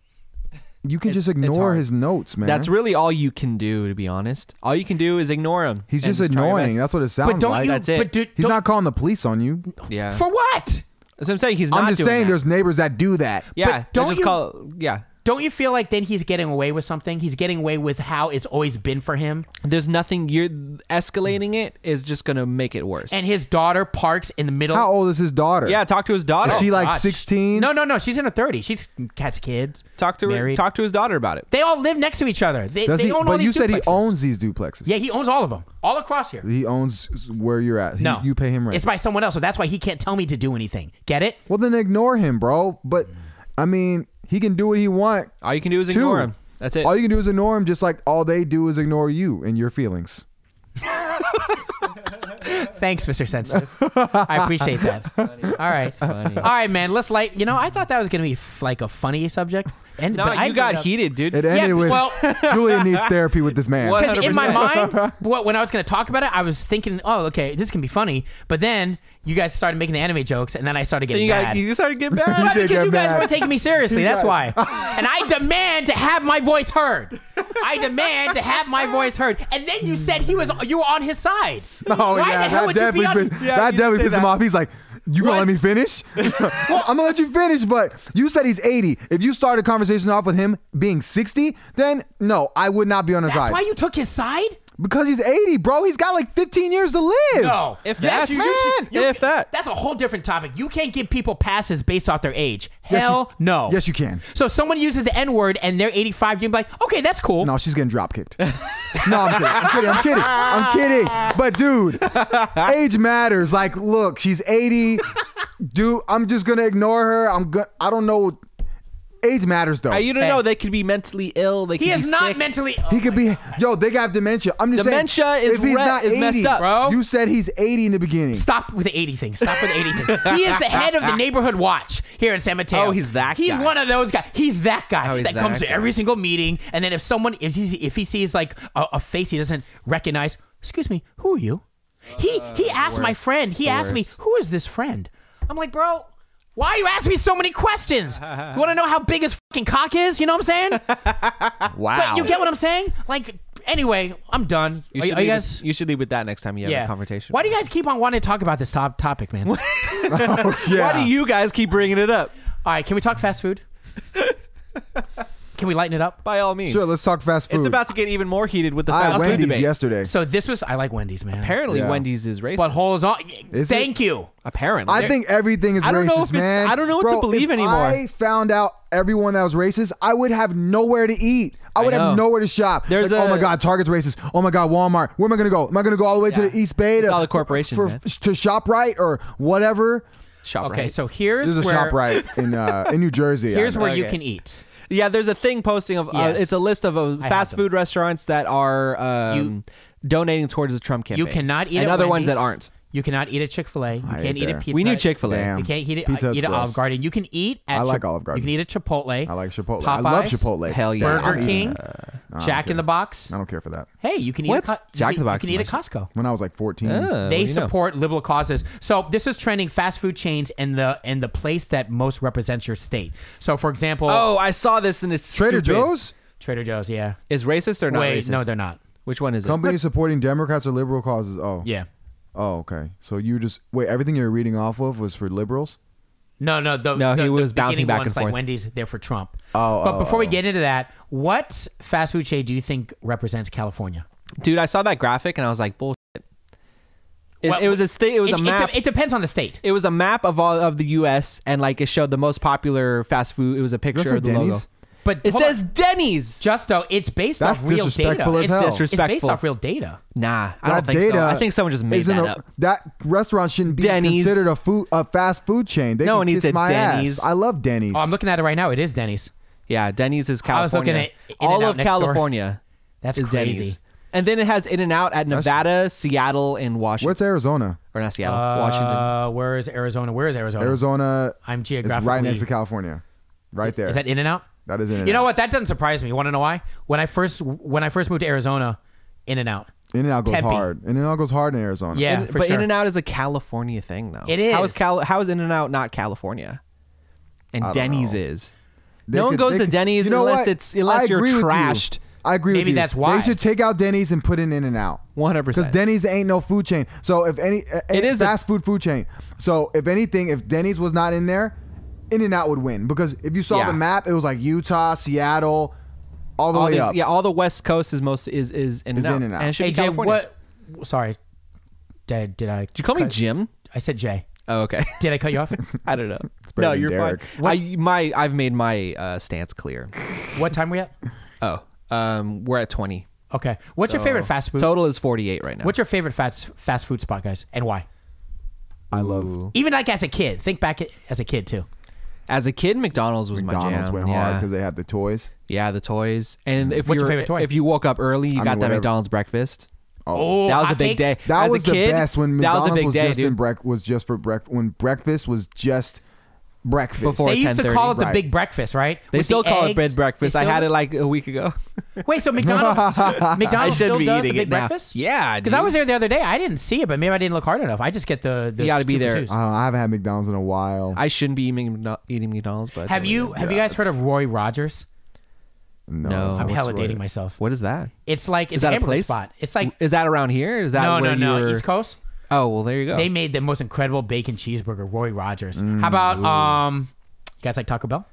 [SPEAKER 2] you can just
[SPEAKER 3] it's
[SPEAKER 2] ignore
[SPEAKER 3] hard.
[SPEAKER 2] his notes, man.
[SPEAKER 3] That's really all you can do, to be honest. All you can do is ignore him.
[SPEAKER 2] He's
[SPEAKER 3] and
[SPEAKER 2] just
[SPEAKER 3] try your
[SPEAKER 2] annoying.
[SPEAKER 3] best.
[SPEAKER 2] That's what it sounds
[SPEAKER 1] but don't
[SPEAKER 2] like.
[SPEAKER 1] you?
[SPEAKER 3] That's it.
[SPEAKER 1] But do,
[SPEAKER 2] he's
[SPEAKER 1] don't-
[SPEAKER 2] not calling the police on you.
[SPEAKER 3] yeah.
[SPEAKER 1] for what?
[SPEAKER 3] that's what I'm saying. He's not.
[SPEAKER 2] I'm just
[SPEAKER 3] doing
[SPEAKER 2] saying,
[SPEAKER 3] that.
[SPEAKER 2] there's neighbors that do that.
[SPEAKER 1] but
[SPEAKER 3] Yeah. they
[SPEAKER 1] don't
[SPEAKER 3] just
[SPEAKER 1] you-
[SPEAKER 3] call. Yeah.
[SPEAKER 1] Don't you feel like then he's getting away with something? He's getting away with how it's always been for him.
[SPEAKER 3] There's nothing. You're escalating it is just gonna make it worse.
[SPEAKER 1] And his daughter parks in the middle.
[SPEAKER 2] How old is his daughter?
[SPEAKER 3] yeah, talk to his daughter.
[SPEAKER 2] Is she like
[SPEAKER 1] gosh.
[SPEAKER 2] 16?
[SPEAKER 1] No, no, no. She's in her 30s. She's has kids.
[SPEAKER 3] Talk to her.
[SPEAKER 1] married.
[SPEAKER 3] Talk to his daughter about it.
[SPEAKER 1] They all live next to each other. They,
[SPEAKER 2] Does
[SPEAKER 1] they
[SPEAKER 2] he?
[SPEAKER 1] own all
[SPEAKER 2] But
[SPEAKER 1] these
[SPEAKER 2] you said he
[SPEAKER 1] duplexes.
[SPEAKER 2] owns these duplexes.
[SPEAKER 1] Yeah, he owns all of them, all across here.
[SPEAKER 2] He owns where you're at. He-
[SPEAKER 1] No,
[SPEAKER 2] You pay him rent.
[SPEAKER 1] It's by someone else, so that's why he can't tell me to do anything. Get it?
[SPEAKER 2] well, then ignore him, bro. But I mean, he can do what he want.
[SPEAKER 3] All you can do is
[SPEAKER 2] Two.
[SPEAKER 3] ignore him. That's it.
[SPEAKER 2] All you can do is ignore him, just like all they do is ignore you and your feelings.
[SPEAKER 1] Thanks, Mr. Sensitive. I appreciate that. All right,
[SPEAKER 3] funny.
[SPEAKER 1] all right, man. Let's light. You know, I thought that was gonna be f- like a funny subject, and
[SPEAKER 3] no,
[SPEAKER 1] but I
[SPEAKER 3] you got
[SPEAKER 1] up-
[SPEAKER 3] heated, dude.
[SPEAKER 2] It
[SPEAKER 1] Yeah,
[SPEAKER 2] ended with
[SPEAKER 1] well-
[SPEAKER 2] Julia needs therapy with this man.
[SPEAKER 3] What?
[SPEAKER 1] Because in my
[SPEAKER 3] 100%.
[SPEAKER 1] mind, what, when I was going to talk about it, I was thinking, oh, okay, this can be funny. But then you guys started making the anime jokes, and then I started
[SPEAKER 3] Then
[SPEAKER 1] getting
[SPEAKER 3] you
[SPEAKER 1] mad.
[SPEAKER 3] got. You started getting
[SPEAKER 1] Why?
[SPEAKER 3] bad.
[SPEAKER 2] did
[SPEAKER 1] because
[SPEAKER 2] get
[SPEAKER 1] you guys
[SPEAKER 2] mad.
[SPEAKER 1] weren't taking me seriously.
[SPEAKER 2] He
[SPEAKER 1] That's
[SPEAKER 2] got-
[SPEAKER 1] why. And I demand to have my voice heard. I demand to have my voice heard. And then you said he was you were on his side.
[SPEAKER 2] Oh
[SPEAKER 1] why
[SPEAKER 2] yeah,
[SPEAKER 1] the hell
[SPEAKER 2] that
[SPEAKER 1] would you
[SPEAKER 2] definitely
[SPEAKER 1] be on?
[SPEAKER 2] pi-
[SPEAKER 3] Yeah,
[SPEAKER 2] that
[SPEAKER 3] you say
[SPEAKER 2] definitely pissed him
[SPEAKER 3] that.
[SPEAKER 2] off. He's like, "You gonna
[SPEAKER 3] What?
[SPEAKER 2] let me finish? well, I'm gonna let you finish." But you said he's 80. If you started conversation off with him being 60, then no, I would not be on his
[SPEAKER 1] That's
[SPEAKER 2] side
[SPEAKER 1] why you took his side.
[SPEAKER 2] because he's 80, bro. He's got like 15 years to live.
[SPEAKER 1] No,
[SPEAKER 3] If
[SPEAKER 1] Yes,
[SPEAKER 3] that's
[SPEAKER 1] Oh, you-
[SPEAKER 3] man,
[SPEAKER 1] you-
[SPEAKER 3] if that.
[SPEAKER 1] That's a whole different topic. You can't give people passes based off their age.
[SPEAKER 2] Yes, you-
[SPEAKER 1] Hell no.
[SPEAKER 2] Yes, you can.
[SPEAKER 1] So someone uses the N word and they're 85. You'd be like, okay, that's cool.
[SPEAKER 2] No, she's getting drop kicked. no, I'm kidding. I'm kidding. I'm kidding. I'm kidding. But dude, age matters. Like, look, she's 80. Dude, I'm just gonna ignore her. I'm gonna. I don't know. Age matters though.
[SPEAKER 3] Uh, You don't know. They could be mentally ill. They
[SPEAKER 1] He
[SPEAKER 3] could
[SPEAKER 1] is
[SPEAKER 3] be
[SPEAKER 1] not
[SPEAKER 3] sick.
[SPEAKER 1] mentally.
[SPEAKER 2] He could be yo. They got dementia. I'm just
[SPEAKER 3] Dementia
[SPEAKER 2] saying.
[SPEAKER 3] is re- is messed up.
[SPEAKER 1] Bro.
[SPEAKER 2] You said he's 80 in the beginning.
[SPEAKER 1] Stop with the 80 thing. Stop with the 80 thing. He is the head of the neighborhood watch here in San Mateo.
[SPEAKER 3] Oh, he's that
[SPEAKER 1] He's
[SPEAKER 3] guy.
[SPEAKER 1] one of those guys. He's that guy
[SPEAKER 3] Oh, he's
[SPEAKER 1] that,
[SPEAKER 3] that
[SPEAKER 1] comes to
[SPEAKER 3] guy.
[SPEAKER 1] every single meeting. And then if someone, if he, if he sees like a, a face he doesn't recognize, excuse me, who are you? He he asked my friend. He asked me,
[SPEAKER 3] Uh, worst.
[SPEAKER 1] who is this friend? I'm like, bro, why you asking me so many questions? You want to know how big his fucking cock is? You know what I'm saying?
[SPEAKER 2] wow.
[SPEAKER 1] But you get what I'm saying? Like, anyway, I'm done.
[SPEAKER 3] You
[SPEAKER 1] Are-
[SPEAKER 3] should,
[SPEAKER 1] are you
[SPEAKER 3] leave
[SPEAKER 1] guys?
[SPEAKER 3] it, you should leave with that next time you have a conversation.
[SPEAKER 1] Why do you guys keep on wanting to talk about this top topic, man? All
[SPEAKER 2] yeah.
[SPEAKER 3] Why do you guys keep bringing it up?
[SPEAKER 1] right, can we talk fast food? can we lighten it up?
[SPEAKER 3] By all means.
[SPEAKER 2] Sure. Let's talk fast food.
[SPEAKER 3] it's about to get even more heated with the
[SPEAKER 2] I
[SPEAKER 3] fast
[SPEAKER 2] had
[SPEAKER 3] food
[SPEAKER 2] Wendy's
[SPEAKER 3] debate.
[SPEAKER 2] yesterday.
[SPEAKER 1] So this was I like Wendy's, man.
[SPEAKER 3] Apparently,
[SPEAKER 2] Yeah.
[SPEAKER 3] Wendy's is racist.
[SPEAKER 1] But holes on.
[SPEAKER 2] Is
[SPEAKER 1] Thank you.
[SPEAKER 3] Apparently,
[SPEAKER 2] I think everything is
[SPEAKER 3] I don't know
[SPEAKER 2] racist,
[SPEAKER 3] if it's-
[SPEAKER 2] man.
[SPEAKER 3] I don't know what to
[SPEAKER 2] Bro,
[SPEAKER 3] believe
[SPEAKER 2] if
[SPEAKER 3] anymore.
[SPEAKER 2] I found out everyone that was racist, I would have nowhere to eat. I would have
[SPEAKER 3] know.
[SPEAKER 2] nowhere to shop.
[SPEAKER 3] There's
[SPEAKER 2] Like, oh
[SPEAKER 3] a-
[SPEAKER 2] my god, Target's racist. Oh my god, Walmart. Where am I gonna go? Am I gonna go all the way to
[SPEAKER 3] Yeah.
[SPEAKER 2] the East Bay
[SPEAKER 3] It's
[SPEAKER 2] to
[SPEAKER 3] all the corporations,
[SPEAKER 2] for,
[SPEAKER 3] man.
[SPEAKER 2] to shop right or whatever?
[SPEAKER 3] Shop
[SPEAKER 1] Okay,
[SPEAKER 3] right.
[SPEAKER 1] so here's
[SPEAKER 2] There's a
[SPEAKER 1] where
[SPEAKER 2] shop right in uh, in New Jersey.
[SPEAKER 1] here's
[SPEAKER 2] I-
[SPEAKER 1] where you
[SPEAKER 3] Okay.
[SPEAKER 1] can eat.
[SPEAKER 3] yeah, there's a thing posting of
[SPEAKER 1] Yes.
[SPEAKER 3] uh, it's a list of uh,
[SPEAKER 1] have
[SPEAKER 3] fast
[SPEAKER 1] them.
[SPEAKER 3] food restaurants that are um, donating towards the Trump campaign.
[SPEAKER 1] You cannot eat
[SPEAKER 3] and
[SPEAKER 1] at
[SPEAKER 3] other ones
[SPEAKER 1] Wendy's.
[SPEAKER 3] that aren't.
[SPEAKER 1] You cannot eat at Chick Fil A. You
[SPEAKER 2] ate
[SPEAKER 1] can't eat
[SPEAKER 2] there.
[SPEAKER 1] at Pizza.
[SPEAKER 3] We knew
[SPEAKER 1] Hut.
[SPEAKER 3] Chick Fil
[SPEAKER 2] Damn.
[SPEAKER 3] A.
[SPEAKER 1] You can't eat, it, uh,
[SPEAKER 2] Pizza Hut's
[SPEAKER 1] eat at Olive
[SPEAKER 2] gross.
[SPEAKER 1] Garden. You can eat at
[SPEAKER 2] I like
[SPEAKER 1] Chip-
[SPEAKER 2] Olive Garden.
[SPEAKER 1] You can eat at Chipotle.
[SPEAKER 2] I like Chipotle. I love
[SPEAKER 1] Popeyes,
[SPEAKER 2] Chipotle.
[SPEAKER 3] Hell yeah.
[SPEAKER 1] Burger
[SPEAKER 2] I'm eating
[SPEAKER 1] King.
[SPEAKER 2] that.
[SPEAKER 1] Jack in the Box.
[SPEAKER 2] I don't care for that.
[SPEAKER 1] Hey, you can eat
[SPEAKER 3] What's
[SPEAKER 1] a Co- you
[SPEAKER 3] Jack in
[SPEAKER 1] can-
[SPEAKER 3] the Box
[SPEAKER 1] You can eat at
[SPEAKER 3] much?
[SPEAKER 1] Costco.
[SPEAKER 2] When I was like 14,
[SPEAKER 3] Oh,
[SPEAKER 1] They
[SPEAKER 3] you know.
[SPEAKER 1] support liberal causes. So this is trending fast food chains and the and the place that most represents your state. So for example,
[SPEAKER 3] Oh, I saw this and it's
[SPEAKER 2] Trader
[SPEAKER 3] stupid.
[SPEAKER 2] Joe's
[SPEAKER 1] Trader Joe's, yeah.
[SPEAKER 3] is racist or not
[SPEAKER 1] Wait,
[SPEAKER 3] racist?
[SPEAKER 1] no, they're not.
[SPEAKER 3] Which one is it?
[SPEAKER 2] company supporting Democrats or liberal causes. Oh,
[SPEAKER 1] Yeah.
[SPEAKER 2] Oh, okay. So you just wait. Everything you're reading off of was for liberals.
[SPEAKER 1] No, no, the,
[SPEAKER 3] No,
[SPEAKER 1] the-
[SPEAKER 3] he
[SPEAKER 1] the
[SPEAKER 3] was bouncing
[SPEAKER 1] beginning
[SPEAKER 3] back
[SPEAKER 1] ones,
[SPEAKER 3] and
[SPEAKER 1] like
[SPEAKER 3] forth.
[SPEAKER 1] Wendy's, they're for Trump. Oh, but before we get into that, what fast food chain do you think represents California?
[SPEAKER 3] Dude, I saw that graphic and I was like, bullshit. It,
[SPEAKER 1] Well,
[SPEAKER 3] it was a thing. It was
[SPEAKER 1] it,
[SPEAKER 3] a
[SPEAKER 1] it de-
[SPEAKER 3] map.
[SPEAKER 1] It, depends on the state.
[SPEAKER 3] it was a map of all of the U.S. and like it showed the most popular fast food. It was a picture
[SPEAKER 2] say
[SPEAKER 3] of the logo.
[SPEAKER 2] Denny's?
[SPEAKER 1] But
[SPEAKER 3] It
[SPEAKER 1] hold on.
[SPEAKER 3] says Denny's.
[SPEAKER 1] just though it's based
[SPEAKER 2] That's
[SPEAKER 1] off real
[SPEAKER 2] disrespectful
[SPEAKER 1] data.
[SPEAKER 2] as
[SPEAKER 1] It's-
[SPEAKER 2] hell.
[SPEAKER 1] it's based
[SPEAKER 3] Disrespectful.
[SPEAKER 1] off real data.
[SPEAKER 3] Nah, I don't
[SPEAKER 2] that
[SPEAKER 3] think
[SPEAKER 2] data.
[SPEAKER 3] so. I think someone just made
[SPEAKER 2] isn't
[SPEAKER 3] that
[SPEAKER 2] a-
[SPEAKER 3] up.
[SPEAKER 2] That restaurant shouldn't be
[SPEAKER 3] Denny's.
[SPEAKER 2] considered a food, a fast food chain. They
[SPEAKER 3] No
[SPEAKER 2] can
[SPEAKER 3] one eats
[SPEAKER 2] kiss
[SPEAKER 3] at
[SPEAKER 2] my
[SPEAKER 3] Denny's.
[SPEAKER 2] ass. I love Denny's.
[SPEAKER 1] Oh, I'm looking at it right now. It is Denny's.
[SPEAKER 3] Yeah, Denny's is California.
[SPEAKER 1] was looking at In-N-Out
[SPEAKER 3] all of
[SPEAKER 1] next door.
[SPEAKER 3] California.
[SPEAKER 1] That's
[SPEAKER 3] is
[SPEAKER 1] crazy.
[SPEAKER 3] Denny's. And then it has In and Out at Nevada, Seattle, and Washington.
[SPEAKER 2] What's Arizona?
[SPEAKER 3] or not Seattle,
[SPEAKER 1] Uh,
[SPEAKER 3] Washington.
[SPEAKER 1] Where is Arizona? Where is Arizona?
[SPEAKER 2] Arizona.
[SPEAKER 1] I'm
[SPEAKER 2] is
[SPEAKER 1] geographically.
[SPEAKER 2] right next to California, right there.
[SPEAKER 1] Is that In and Out?
[SPEAKER 2] that is in.
[SPEAKER 1] You know what? That doesn't surprise me. You want to know why? When I first when I first moved to Arizona, In and Out.
[SPEAKER 2] In and out goes
[SPEAKER 1] Tempe.
[SPEAKER 2] hard. In and out goes hard in Arizona.
[SPEAKER 1] Yeah,
[SPEAKER 3] And-
[SPEAKER 1] for
[SPEAKER 3] Uh, but
[SPEAKER 1] sure.
[SPEAKER 3] In and Out is a California thing, though.
[SPEAKER 1] It
[SPEAKER 3] How
[SPEAKER 1] is.
[SPEAKER 3] is Cal- How is In and Out not California? And Denny's is.
[SPEAKER 2] They
[SPEAKER 3] no one
[SPEAKER 2] could-
[SPEAKER 3] goes
[SPEAKER 2] they
[SPEAKER 3] to
[SPEAKER 2] could-
[SPEAKER 3] Denny's
[SPEAKER 2] you know
[SPEAKER 3] unless
[SPEAKER 2] what?
[SPEAKER 3] it's unless
[SPEAKER 2] I
[SPEAKER 3] you're
[SPEAKER 2] agree with you.
[SPEAKER 3] trashed.
[SPEAKER 2] I agree with
[SPEAKER 1] Maybe
[SPEAKER 2] you.
[SPEAKER 1] that's why.
[SPEAKER 2] They should take out Denny's and put an in and out.
[SPEAKER 3] 100%.
[SPEAKER 2] Because Denny's ain't no food chain. So if any,
[SPEAKER 3] It
[SPEAKER 2] it
[SPEAKER 3] is
[SPEAKER 2] is
[SPEAKER 3] a-
[SPEAKER 2] fast food food chain. So if anything, if Denny's was not in there, in and out would win. Because if you saw
[SPEAKER 3] Yeah.
[SPEAKER 2] the map, it was like Utah, Seattle, all the
[SPEAKER 3] All
[SPEAKER 2] way
[SPEAKER 3] these-
[SPEAKER 2] up.
[SPEAKER 3] Yeah, all the West Coast is most is is in and
[SPEAKER 2] Is
[SPEAKER 3] out.
[SPEAKER 2] In-N-Out.
[SPEAKER 3] And it should
[SPEAKER 1] Hey
[SPEAKER 3] be
[SPEAKER 1] Jay,
[SPEAKER 3] California.
[SPEAKER 1] what? Sorry, did, did I?
[SPEAKER 3] Did you call me Jim?
[SPEAKER 1] I said Jay.
[SPEAKER 3] Oh, okay.
[SPEAKER 1] Did I cut you off?
[SPEAKER 3] I don't know.
[SPEAKER 2] better
[SPEAKER 3] No,
[SPEAKER 2] than
[SPEAKER 3] you're
[SPEAKER 2] Derek.
[SPEAKER 3] fine. I my I've made my uh, stance clear.
[SPEAKER 1] what time are we at?
[SPEAKER 3] Oh, um, we're at twenty.
[SPEAKER 1] Okay. What's your favorite fast food?
[SPEAKER 3] Total is forty eight right now.
[SPEAKER 1] What's your favorite fast fast food spot, guys, and why?
[SPEAKER 2] I love
[SPEAKER 1] Even like as a kid, think back at- as a kid too.
[SPEAKER 3] As a kid, McDonald's was my
[SPEAKER 2] McDonald's
[SPEAKER 3] jam.
[SPEAKER 2] went hard
[SPEAKER 3] yeah.
[SPEAKER 2] because they had the toys.
[SPEAKER 3] yeah, the toys. And if
[SPEAKER 1] What's
[SPEAKER 3] you
[SPEAKER 1] your
[SPEAKER 3] were-
[SPEAKER 1] favorite toy?
[SPEAKER 3] if you woke up early, you got that
[SPEAKER 2] whatever.
[SPEAKER 3] McDonald's breakfast.
[SPEAKER 1] Oh,
[SPEAKER 3] that was a big
[SPEAKER 1] hotcakes?
[SPEAKER 3] day.
[SPEAKER 2] That
[SPEAKER 3] As
[SPEAKER 2] was
[SPEAKER 3] a kid,
[SPEAKER 2] the best when
[SPEAKER 3] that was
[SPEAKER 2] McDonald's
[SPEAKER 3] a big
[SPEAKER 2] was
[SPEAKER 3] day,
[SPEAKER 2] just
[SPEAKER 3] dude.
[SPEAKER 2] in break was just for breakfast when breakfast was just breakfast.
[SPEAKER 3] Before-
[SPEAKER 1] They used to call it the
[SPEAKER 2] Right.
[SPEAKER 1] big breakfast, right?
[SPEAKER 3] They
[SPEAKER 1] With
[SPEAKER 3] still
[SPEAKER 1] the
[SPEAKER 3] call it
[SPEAKER 1] eggs.
[SPEAKER 3] bed breakfast.
[SPEAKER 1] They
[SPEAKER 3] I
[SPEAKER 1] still-
[SPEAKER 3] had it like a week ago.
[SPEAKER 1] Wait, so McDonald's McDonald's
[SPEAKER 3] I should
[SPEAKER 1] still
[SPEAKER 3] be
[SPEAKER 1] does
[SPEAKER 3] eating
[SPEAKER 1] the
[SPEAKER 3] it
[SPEAKER 1] big
[SPEAKER 3] now.
[SPEAKER 1] breakfast?
[SPEAKER 3] Yeah,
[SPEAKER 1] because I
[SPEAKER 3] dude.
[SPEAKER 1] was there the other day. I didn't see it, but maybe I didn't look hard enough. I just get the. the
[SPEAKER 3] You gotta be
[SPEAKER 1] two for
[SPEAKER 3] there.
[SPEAKER 1] twos.
[SPEAKER 2] I, don't know, I haven't had McDonald's in a while.
[SPEAKER 3] I shouldn't be eating, McDo- eating McDonald's, but I
[SPEAKER 1] Have
[SPEAKER 3] totally
[SPEAKER 1] you
[SPEAKER 3] am.
[SPEAKER 1] have you guys heard of Roy Rogers?
[SPEAKER 2] no,
[SPEAKER 3] No.
[SPEAKER 1] I'm
[SPEAKER 3] Oh, What's
[SPEAKER 1] hella
[SPEAKER 2] Roy-
[SPEAKER 1] dating myself.
[SPEAKER 3] What is that?
[SPEAKER 1] It's like it's
[SPEAKER 3] Is that a
[SPEAKER 1] hamburger
[SPEAKER 3] place?
[SPEAKER 1] spot. It's like
[SPEAKER 3] is that around here? Is that
[SPEAKER 1] no, no,
[SPEAKER 3] where
[SPEAKER 1] no,
[SPEAKER 3] you're-
[SPEAKER 1] East Coast.
[SPEAKER 3] Oh well, there you go.
[SPEAKER 1] They made the most incredible bacon cheeseburger, Roy Rogers.
[SPEAKER 3] Mm,
[SPEAKER 1] How about um, you guys like Taco Bell?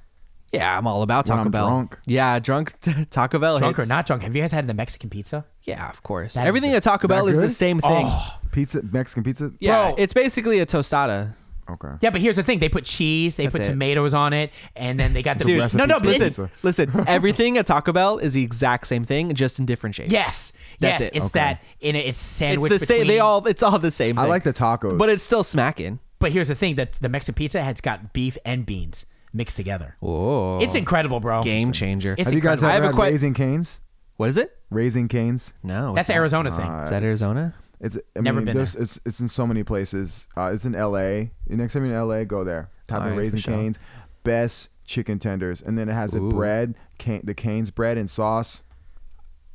[SPEAKER 3] yeah, I'm all about Taco
[SPEAKER 2] I'm
[SPEAKER 3] Bell.
[SPEAKER 2] drunk.
[SPEAKER 3] Yeah, drunk Taco Bell.
[SPEAKER 1] Drunk
[SPEAKER 3] hits.
[SPEAKER 1] or not drunk? Have you guys had the Mexican pizza?
[SPEAKER 3] Yeah, of course.
[SPEAKER 1] is
[SPEAKER 3] Everything
[SPEAKER 1] good.
[SPEAKER 3] at Taco Bell is the
[SPEAKER 2] good?
[SPEAKER 3] same thing.
[SPEAKER 2] Pizza, Mexican pizza.
[SPEAKER 3] yeah,
[SPEAKER 1] Bro.
[SPEAKER 3] it's basically a tostada.
[SPEAKER 2] Okay.
[SPEAKER 1] Yeah, but here's the thing: they put cheese, they put
[SPEAKER 3] it.
[SPEAKER 1] tomatoes on it, and then they got the
[SPEAKER 3] Dude,
[SPEAKER 1] no, no,
[SPEAKER 2] recipes
[SPEAKER 1] but
[SPEAKER 2] for
[SPEAKER 1] it-
[SPEAKER 2] pizza.
[SPEAKER 3] Listen, listen. Everything at Taco Bell is the exact same thing, just in different shapes.
[SPEAKER 1] yes,
[SPEAKER 3] That's
[SPEAKER 1] yes,
[SPEAKER 3] it.
[SPEAKER 1] it's
[SPEAKER 3] Okay.
[SPEAKER 1] that in it's
[SPEAKER 3] it's
[SPEAKER 1] sandwich.
[SPEAKER 3] the same. They
[SPEAKER 1] between-
[SPEAKER 3] all. It's all the same.
[SPEAKER 2] I
[SPEAKER 3] thing.
[SPEAKER 2] like the tacos.
[SPEAKER 3] but it's still smacking.
[SPEAKER 1] But here's the thing: that the Mexican pizza has got beef and beans mixed together.
[SPEAKER 3] Oh,
[SPEAKER 1] It's incredible, bro.
[SPEAKER 3] game changer.
[SPEAKER 1] It's
[SPEAKER 2] have you guys
[SPEAKER 1] incredible.
[SPEAKER 2] ever
[SPEAKER 3] I have
[SPEAKER 2] had
[SPEAKER 3] a que-
[SPEAKER 2] raising canes?
[SPEAKER 3] what is it?
[SPEAKER 2] Raising canes.
[SPEAKER 3] No,
[SPEAKER 1] That's
[SPEAKER 3] it's
[SPEAKER 1] an
[SPEAKER 3] not.
[SPEAKER 1] Arizona thing.
[SPEAKER 3] Is that Arizona?
[SPEAKER 2] It's I
[SPEAKER 1] Never
[SPEAKER 2] mean,
[SPEAKER 1] been
[SPEAKER 2] there's, it's it's in so many places. Uh, it's in L.A. The next time you're in L.A., go there. Type
[SPEAKER 3] All
[SPEAKER 2] in
[SPEAKER 3] right,
[SPEAKER 2] raising
[SPEAKER 3] for sure.
[SPEAKER 2] canes, best chicken tenders, and then it has the bread, can, the canes bread and sauce.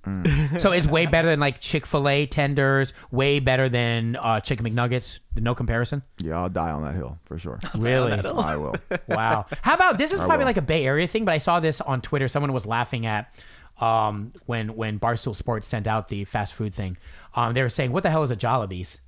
[SPEAKER 1] So it's way better than like Chick Fil A tenders. Way better than uh, chicken McNuggets. No comparison.
[SPEAKER 2] Yeah, I'll die on that hill for sure.
[SPEAKER 1] Really?
[SPEAKER 2] I will.
[SPEAKER 1] Wow. How about this is probably
[SPEAKER 2] will.
[SPEAKER 1] like a Bay Area thing, but I saw this on Twitter. Someone was laughing at um, when when Barstool Sports sent out the fast food thing. Um, they were saying, "What the hell is a Jollibee's?"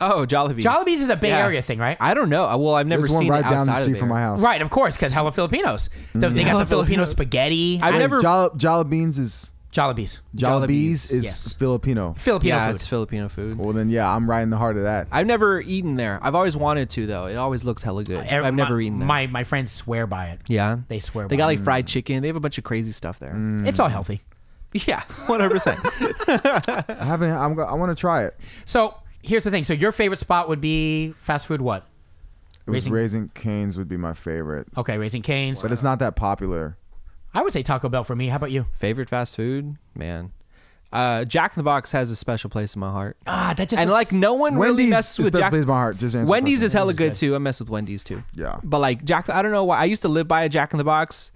[SPEAKER 3] Oh, Jollibee's.
[SPEAKER 1] Jollibee's is a Bay
[SPEAKER 3] Yeah.
[SPEAKER 1] Area thing, right?
[SPEAKER 3] I don't know. I- Well, I've never
[SPEAKER 2] There's one
[SPEAKER 3] seen it
[SPEAKER 2] right down
[SPEAKER 3] outside
[SPEAKER 2] the
[SPEAKER 3] of
[SPEAKER 2] street from
[SPEAKER 3] there.
[SPEAKER 2] my house.
[SPEAKER 1] right, of course, because hella Filipinos. The- they got the Filipino spaghetti.
[SPEAKER 3] I've
[SPEAKER 1] I-
[SPEAKER 3] never-
[SPEAKER 2] Jall- Jalapenos is
[SPEAKER 1] Jollibee's.
[SPEAKER 2] Jalapenos
[SPEAKER 3] Jalapenos,
[SPEAKER 2] is
[SPEAKER 1] yes.
[SPEAKER 2] Filipino.
[SPEAKER 1] Filipino
[SPEAKER 3] Yeah,
[SPEAKER 1] food.
[SPEAKER 3] it's Filipino food.
[SPEAKER 2] Well, then yeah, I'm right in the heart of that.
[SPEAKER 3] I've never eaten there. I've always wanted to though. It always looks hella good.
[SPEAKER 1] Every-
[SPEAKER 3] I've never
[SPEAKER 1] my,
[SPEAKER 3] eaten there.
[SPEAKER 1] My my friends swear by it.
[SPEAKER 3] yeah,
[SPEAKER 1] They swear
[SPEAKER 3] They
[SPEAKER 1] by
[SPEAKER 3] got
[SPEAKER 1] it.
[SPEAKER 2] Mm.
[SPEAKER 3] like fried chicken. They have a bunch of crazy stuff there.
[SPEAKER 1] It's all healthy.
[SPEAKER 3] Yeah, one hundred percent.
[SPEAKER 2] I haven't. I'm, go- I want to try it.
[SPEAKER 1] So here's the thing. So your favorite spot would be fast food. What?
[SPEAKER 2] It was
[SPEAKER 1] Raising-
[SPEAKER 2] raising, canes would be my favorite,
[SPEAKER 1] Okay, Raising Cane's.
[SPEAKER 2] but it's not that popular.
[SPEAKER 1] I would say Taco Bell for me. How about you?
[SPEAKER 3] Favorite fast food, man. Uh, Jack in the Box has a special place in my heart,
[SPEAKER 1] Ah, that just
[SPEAKER 3] and
[SPEAKER 1] looks-
[SPEAKER 3] like no one really
[SPEAKER 2] Wendy's
[SPEAKER 3] messes
[SPEAKER 2] is
[SPEAKER 3] with
[SPEAKER 2] best
[SPEAKER 3] Jack.
[SPEAKER 2] place in my heart. Just answer the
[SPEAKER 3] Wendy's
[SPEAKER 2] question.
[SPEAKER 3] is hella good too. I mess with Wendy's too.
[SPEAKER 2] Yeah.
[SPEAKER 3] but like Jack, I don't know why. I used to live by a Jack in the Box,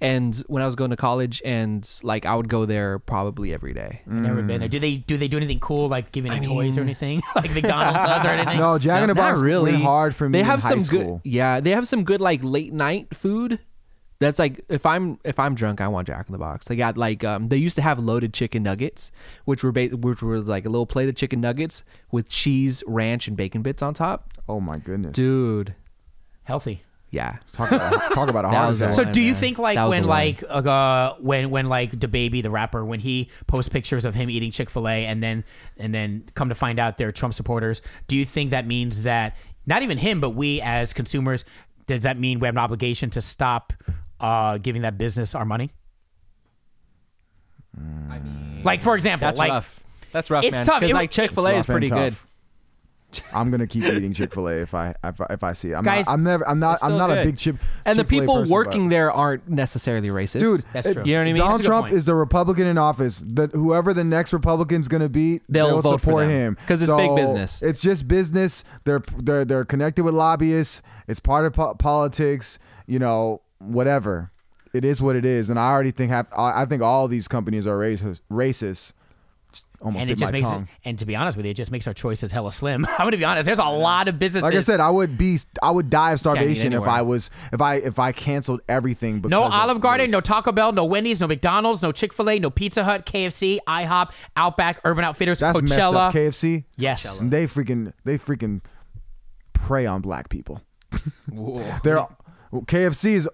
[SPEAKER 3] and when I was going to college, and like I would go there probably every
[SPEAKER 2] Mm.
[SPEAKER 3] day.
[SPEAKER 1] I've never been there.
[SPEAKER 3] Mm.
[SPEAKER 1] Do they do they do anything cool like giving any toys or anything like McDonald's does or anything?
[SPEAKER 2] No, Jack in the Box really hard for me.
[SPEAKER 3] They have
[SPEAKER 2] in
[SPEAKER 3] some
[SPEAKER 2] high
[SPEAKER 3] good,
[SPEAKER 2] school.
[SPEAKER 3] yeah. They have some good like late night food. That's like if I'm if I'm drunk, I want Jack in the Box. They got like um they used to have loaded chicken nuggets, which were ba- which were like a little plate of chicken nuggets with cheese, ranch, and bacon bits on top.
[SPEAKER 2] Oh my goodness,
[SPEAKER 3] Dude,
[SPEAKER 1] Healthy.
[SPEAKER 3] yeah,
[SPEAKER 2] Talk about, talk about a
[SPEAKER 3] That
[SPEAKER 2] hard
[SPEAKER 3] was
[SPEAKER 2] attack.
[SPEAKER 3] a-
[SPEAKER 1] So
[SPEAKER 3] Fine,
[SPEAKER 1] do you
[SPEAKER 3] man.
[SPEAKER 1] think like
[SPEAKER 3] That was
[SPEAKER 1] when
[SPEAKER 3] the one.
[SPEAKER 1] like uh when when like the baby the rapper when he posts pictures of him eating Chick Fil A and then and then come to find out they're Trump supporters? Do you think that means that not even him but we as consumers does that mean we have an obligation to stop uh giving that business our money? like for example,
[SPEAKER 3] that's
[SPEAKER 1] like
[SPEAKER 3] rough. That's rough,
[SPEAKER 1] It's
[SPEAKER 3] man.
[SPEAKER 1] tough.
[SPEAKER 3] 'Cause,
[SPEAKER 1] It-
[SPEAKER 3] like Chick Fil A is
[SPEAKER 2] It's rough and
[SPEAKER 3] pretty good.
[SPEAKER 2] tough. I'm gonna keep eating Chick Fil A if I if I, if I see it. I'm
[SPEAKER 1] Guys,
[SPEAKER 2] not, I'm never. I'm not.
[SPEAKER 3] It's
[SPEAKER 2] I'm
[SPEAKER 3] still
[SPEAKER 2] not a
[SPEAKER 3] good.
[SPEAKER 2] big chip.
[SPEAKER 3] And the
[SPEAKER 2] Chick-fil-A
[SPEAKER 3] people
[SPEAKER 2] person,
[SPEAKER 3] working
[SPEAKER 2] but-
[SPEAKER 3] there aren't necessarily racist,
[SPEAKER 2] dude.
[SPEAKER 1] That's
[SPEAKER 2] it-
[SPEAKER 1] true.
[SPEAKER 3] You know what I mean?
[SPEAKER 2] Donald
[SPEAKER 1] That's a good
[SPEAKER 2] Trump
[SPEAKER 1] point.
[SPEAKER 2] is the Republican in office. That whoever the next Republican's gonna be,
[SPEAKER 3] They'll
[SPEAKER 2] they'll,
[SPEAKER 3] vote for
[SPEAKER 2] support
[SPEAKER 3] them.
[SPEAKER 2] him
[SPEAKER 3] 'Cause it's
[SPEAKER 2] So,
[SPEAKER 3] big business.
[SPEAKER 2] It's just business. They're they're they're connected with lobbyists. It's part of po- politics. You know, whatever. It is what it is. And I already think have, I I think all these companies are racist. Racist. Almost
[SPEAKER 1] and
[SPEAKER 2] bit
[SPEAKER 1] it just
[SPEAKER 2] my
[SPEAKER 1] makes
[SPEAKER 2] tongue.
[SPEAKER 1] it, and to be honest with you, it just makes our choices hella slim. I'm gonna be honest. There's a lot of businesses.
[SPEAKER 2] Like I said, I would be, I would die of
[SPEAKER 3] eat
[SPEAKER 2] starvation if
[SPEAKER 3] anywhere.
[SPEAKER 2] I was, if I, if I canceled everything. Because
[SPEAKER 1] no
[SPEAKER 2] of
[SPEAKER 1] Olive Garden,
[SPEAKER 2] this.
[SPEAKER 1] no Taco Bell, no Wendy's, no McDonald's, no Chick Fil A, no Pizza Hut, KFC, IHOP, Outback, Urban Outfitters,
[SPEAKER 2] That's
[SPEAKER 1] Coachella.
[SPEAKER 2] messed up. KFC.
[SPEAKER 1] Yes.
[SPEAKER 2] And They freaking, they freaking prey on black people. They're KFC is,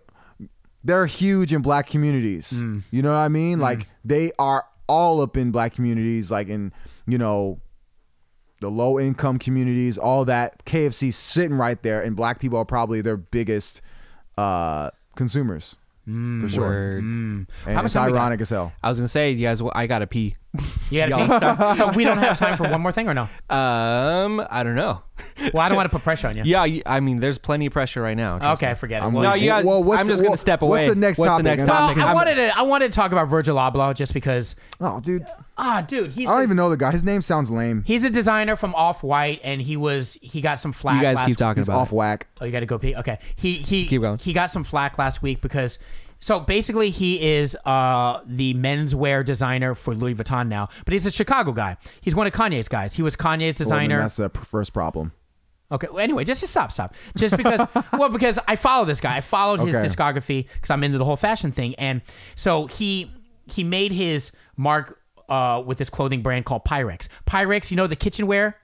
[SPEAKER 2] they're huge in black communities.
[SPEAKER 1] Mm.
[SPEAKER 2] You know what I mean? Like they are all up in black communities, like in you know. The low income communities, all that KFC sitting right there, and black people are probably their biggest uh, consumers for sure.
[SPEAKER 3] Word.
[SPEAKER 2] And
[SPEAKER 1] Mm. How much
[SPEAKER 2] it's
[SPEAKER 1] time we got?
[SPEAKER 2] ironic as hell.
[SPEAKER 3] I was gonna say, you guys, well, I gotta pee.
[SPEAKER 1] You gotta
[SPEAKER 3] Y'all-
[SPEAKER 1] pee. So, so we don't have time for one more thing or no?
[SPEAKER 3] Um, I don't know.
[SPEAKER 1] Well, I don't want to put pressure on you.
[SPEAKER 3] yeah, you- I mean, there's plenty of pressure right now. trust
[SPEAKER 1] Okay,
[SPEAKER 3] me.
[SPEAKER 1] forget it.
[SPEAKER 2] I'm
[SPEAKER 1] Well,
[SPEAKER 3] No,
[SPEAKER 2] like,
[SPEAKER 3] you got.
[SPEAKER 2] Well, what's-
[SPEAKER 3] I'm just
[SPEAKER 2] well,
[SPEAKER 3] gonna step away.
[SPEAKER 2] what's the next
[SPEAKER 3] what's
[SPEAKER 2] topic?
[SPEAKER 3] The next
[SPEAKER 2] And I'm
[SPEAKER 1] well,
[SPEAKER 3] topic?
[SPEAKER 1] I
[SPEAKER 3] I'm-
[SPEAKER 1] wanted to I wanted to talk about Virgil Abloh just because
[SPEAKER 2] Oh, dude,
[SPEAKER 1] ah dude he's
[SPEAKER 2] I don't
[SPEAKER 1] the-
[SPEAKER 2] even know the guy. His name sounds lame.
[SPEAKER 1] he's a designer from Off White and he was he got some flack.
[SPEAKER 3] You guys
[SPEAKER 1] last
[SPEAKER 3] keep talking
[SPEAKER 2] He's
[SPEAKER 3] about.
[SPEAKER 2] off
[SPEAKER 3] it.
[SPEAKER 2] whack.
[SPEAKER 1] Oh, you got to go pee. Okay. He he
[SPEAKER 3] Keep going.
[SPEAKER 1] He got some flack last week because so basically he is uh the menswear designer for Louis Vuitton now, but he's a Chicago guy. He's one of Kanye's guys. He was Kanye's
[SPEAKER 2] Well, then
[SPEAKER 1] designer.
[SPEAKER 2] that's the pr- first problem.
[SPEAKER 1] Okay. Well, anyway, just, just stop, stop. Just because, well, because I follow this guy. I followed his
[SPEAKER 2] Okay.
[SPEAKER 1] discography because I'm into the whole fashion thing, and so he he made his mark uh, with this clothing brand called Pyrex. Pyrex, you know the kitchenware.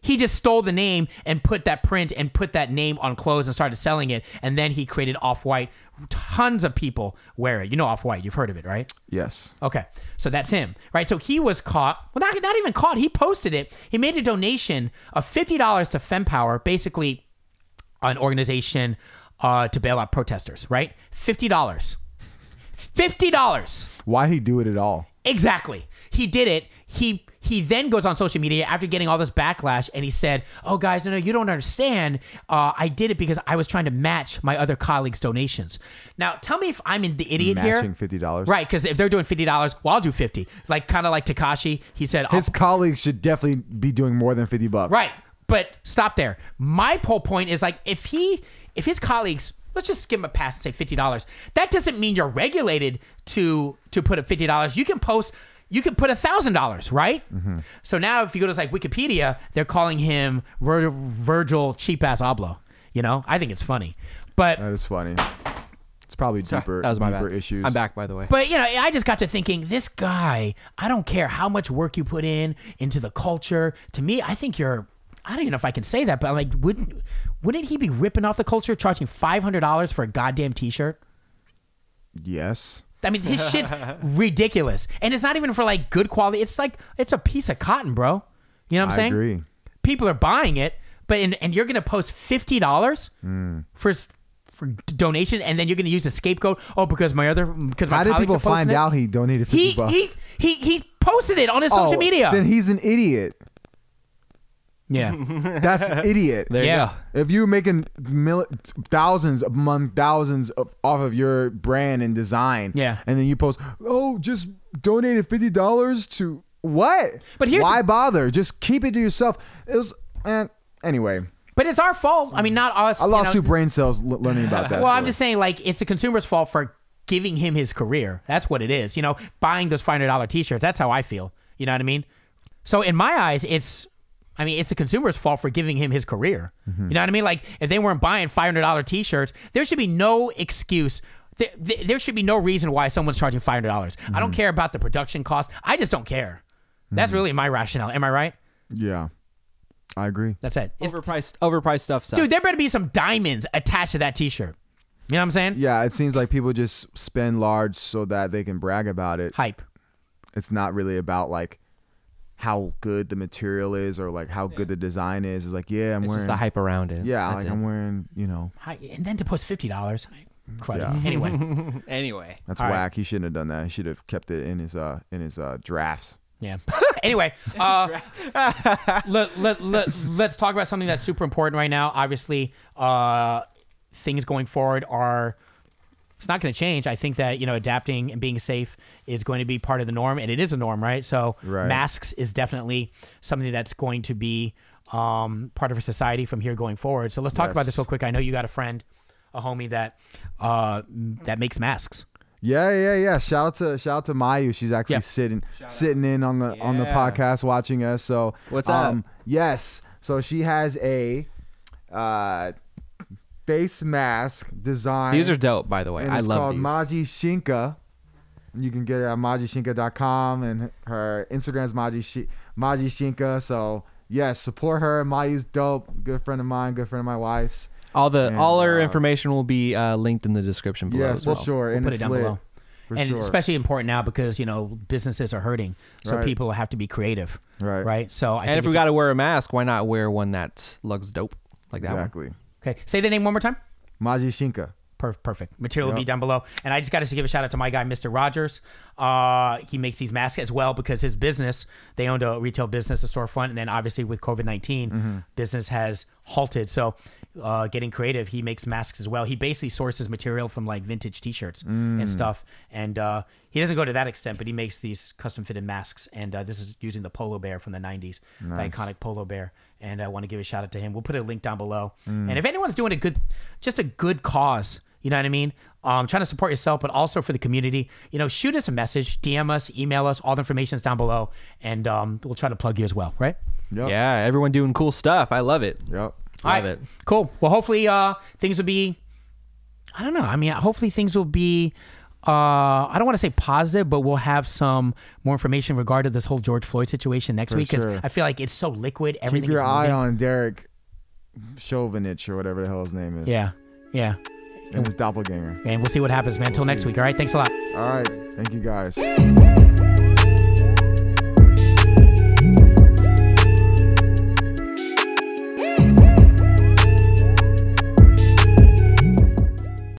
[SPEAKER 1] He just stole the name and put that print and put that name on clothes and started selling it. And then he created Off White. Tons of people wear it. You know Off White. You've heard of it, right?
[SPEAKER 2] Yes.
[SPEAKER 1] Okay, so that's him, right? So he was caught. Well, not, not even caught. He posted it. He made a donation of fifty dollars to FemPower, basically an organization uh, to bail out protesters. Right? Fifty dollars. Fifty dollars.
[SPEAKER 2] Why'd he do it at all?
[SPEAKER 1] Exactly. He did it. He he then goes on social media after getting all this backlash and he said, "Oh guys, no no, you don't understand. Uh, I did it because I was trying to match my other colleagues' donations." Now, tell me if I'm in the idiot
[SPEAKER 2] Matching
[SPEAKER 1] here.
[SPEAKER 2] $50?
[SPEAKER 1] Right, cuz if they're doing $50, well I'll do 50. Like kind of like Takashi, he said, I'll-
[SPEAKER 2] His colleagues should definitely be doing more than 50 bucks.
[SPEAKER 1] Right. But stop there. My whole point is like if he if his colleagues let's just give him a pass and say fifty dollars, that doesn't mean you're regulated to to put up fifty dollars. You can post you can put thousand dollars, right? So now if you go to like Wikipedia, they're calling him Vir- Virgil cheap ass oblo. You know, I think it's funny, but
[SPEAKER 2] That is funny. It's probably deeper,
[SPEAKER 3] That was my
[SPEAKER 2] deeper
[SPEAKER 3] bad.
[SPEAKER 2] issues.
[SPEAKER 3] I'm back, by the way.
[SPEAKER 1] But you know, I just got to thinking, this guy, I don't care how much work you put in into the culture. To me, I think you're I don't even know if I can say that, but I'm like wouldn't wouldn't he be ripping off the culture charging $500 for a goddamn t-shirt?
[SPEAKER 2] Yes.
[SPEAKER 1] I mean, his shit's ridiculous. And it's not even for like good quality. It's like it's a piece of cotton, bro. You know what I'm
[SPEAKER 2] I
[SPEAKER 1] saying?
[SPEAKER 2] agree.
[SPEAKER 1] People are buying it, but and and you're going to post $50
[SPEAKER 2] Hmm.
[SPEAKER 1] for s- for d- donation and then you're going to use a scapegoat oh because my other because my
[SPEAKER 2] How did
[SPEAKER 1] colleagues
[SPEAKER 2] people
[SPEAKER 1] are posting
[SPEAKER 2] find
[SPEAKER 1] it?
[SPEAKER 2] out he donated 50
[SPEAKER 1] he,
[SPEAKER 2] bucks?
[SPEAKER 1] he he he posted it on his social
[SPEAKER 2] Oh,
[SPEAKER 1] media.
[SPEAKER 2] Then he's an idiot.
[SPEAKER 1] yeah,
[SPEAKER 2] That's idiot.
[SPEAKER 3] there
[SPEAKER 1] yeah.
[SPEAKER 3] you go.
[SPEAKER 2] If you're making mil- thousands among thousands of, off of your brand and design,
[SPEAKER 1] Yeah.
[SPEAKER 2] and then you post, oh, just donated fifty dollars to what?
[SPEAKER 1] But here's-
[SPEAKER 2] why bother? Just keep it to yourself. It was and anyway.
[SPEAKER 1] But it's our fault. I mean, not us.
[SPEAKER 2] I lost
[SPEAKER 1] you
[SPEAKER 2] two brain cells l- learning about that.
[SPEAKER 1] Well, I'm
[SPEAKER 2] story.
[SPEAKER 1] just saying, like, it's the consumer's fault for giving him his career. That's what it is. You know, buying those $500 t shirts. That's how I feel. You know what I mean? So in my eyes, it's. I mean, it's the consumer's fault for giving him his career. You know what I mean? Like, if they weren't buying $500 t shirts, there should be no excuse. Th- th- there should be no reason why someone's charging $500. dollars I don't care about the production cost. I just don't care. That's really my rationale. Am I right?
[SPEAKER 2] Yeah, I agree.
[SPEAKER 1] That's it. It's-
[SPEAKER 3] overpriced, overpriced stuff. Sucks.
[SPEAKER 1] dude, there better be some diamonds attached to that t shirt. You know what I'm saying?
[SPEAKER 2] Yeah, it seems like people just spend large so that they can brag about it.
[SPEAKER 1] Hype.
[SPEAKER 2] It's not really about like how good the material is or like how good the design is. It's like, yeah, I'm
[SPEAKER 3] it's
[SPEAKER 2] wearing
[SPEAKER 3] just the hype around it.
[SPEAKER 2] Yeah,
[SPEAKER 3] That's
[SPEAKER 2] like I'm wearing, you know,
[SPEAKER 1] Hi- and then to post fifty dollars. Anyway,
[SPEAKER 3] it. Anyway,
[SPEAKER 2] that's
[SPEAKER 1] All right.
[SPEAKER 2] whack. He shouldn't have done that. He should have kept it in his uh in his uh drafts.
[SPEAKER 1] yeah. anyway, uh, let, let, let, let's talk about something that's super important right now. Obviously, uh, things going forward are it's not going to change. I think that you know adapting and being safe is going to be part of the norm, and it is a norm, right? So
[SPEAKER 2] Right.
[SPEAKER 1] masks is definitely something that's going to be um, part of our society from here going forward. So let's talk about this
[SPEAKER 2] Yes.
[SPEAKER 1] real quick. I know you got a friend, a homie that uh, that makes masks.
[SPEAKER 2] Yeah, yeah, yeah. Shout out to shout out to Mayu. She's actually
[SPEAKER 1] Yeah.
[SPEAKER 2] sitting sitting in on the on the
[SPEAKER 3] Yeah.
[SPEAKER 2] podcast watching us. So um,
[SPEAKER 3] What's up?
[SPEAKER 2] Yes. So she has a uh face mask design.
[SPEAKER 3] these are dope. By the way,
[SPEAKER 2] and
[SPEAKER 3] I
[SPEAKER 2] it's
[SPEAKER 3] love
[SPEAKER 2] called Maji
[SPEAKER 3] these.
[SPEAKER 2] Shinka. You can get it at majishinka.com and her Instagram's Maji Shi- Maji Shinka. So yes, support her. Mayu's dope. Good friend of mine. Good friend of my wife's.
[SPEAKER 3] all the
[SPEAKER 2] and,
[SPEAKER 3] all our
[SPEAKER 2] uh,
[SPEAKER 3] information will be uh, linked in the description below.
[SPEAKER 2] Yes,
[SPEAKER 3] as
[SPEAKER 2] for
[SPEAKER 3] well.
[SPEAKER 2] sure. and
[SPEAKER 1] put it
[SPEAKER 2] it's
[SPEAKER 1] down
[SPEAKER 2] lit.
[SPEAKER 1] below.
[SPEAKER 2] For
[SPEAKER 1] and
[SPEAKER 2] sure.
[SPEAKER 1] especially important now because you know businesses are hurting, so
[SPEAKER 2] Right.
[SPEAKER 1] people have to be creative,
[SPEAKER 2] Right.
[SPEAKER 1] Right. So I
[SPEAKER 3] And
[SPEAKER 1] think
[SPEAKER 3] if we
[SPEAKER 1] it's-
[SPEAKER 3] got to wear a mask, why not wear one that looks dope like that one?
[SPEAKER 2] exactly.
[SPEAKER 1] okay, say the name one more time.
[SPEAKER 2] Maji Shinka.
[SPEAKER 1] Per- perfect. Material will be
[SPEAKER 2] Yep.
[SPEAKER 1] down below. And I just got to give a shout out to my guy, Mr. Rogers. Uh, he makes these masks as well because his business, they owned a retail business, a storefront. And then obviously with COVID 19, business has halted. So uh, getting creative, he makes masks as well. He basically sources material from like vintage t shirts and stuff. And uh, he doesn't go to that extent, but he makes these custom fitted masks. And uh, this is using the polo bear from the 90s, the iconic polo bear. And I want to give a shout out to him. We'll put a link down below.
[SPEAKER 2] Mm.
[SPEAKER 1] And if anyone's doing a good, just a good cause, you know what I mean? Um, trying to support yourself, but also for the community. You know, shoot us a message, DM us, email us. All the information's down below, and um, we'll try to plug you as well, right?
[SPEAKER 2] Yep.
[SPEAKER 3] Yeah, everyone doing cool stuff. I love it.
[SPEAKER 2] Yep.
[SPEAKER 1] All right.
[SPEAKER 3] Love it.
[SPEAKER 1] Cool. Well, hopefully uh, things will be. I don't know. I mean, hopefully things will be. Uh, I don't want to say positive, but we'll have some more information regarding this whole George Floyd situation next week because
[SPEAKER 2] sure.
[SPEAKER 1] I feel like it's so liquid. Everything
[SPEAKER 2] Keep your
[SPEAKER 1] is
[SPEAKER 2] eye
[SPEAKER 1] moving.
[SPEAKER 2] on Derek Chauvinich or whatever the hell his name is.
[SPEAKER 1] Yeah, yeah,
[SPEAKER 2] And his doppelganger.
[SPEAKER 1] and we'll see what happens, man. Until next
[SPEAKER 2] see.
[SPEAKER 1] week. All right. Thanks a lot.
[SPEAKER 2] All right. Thank you guys.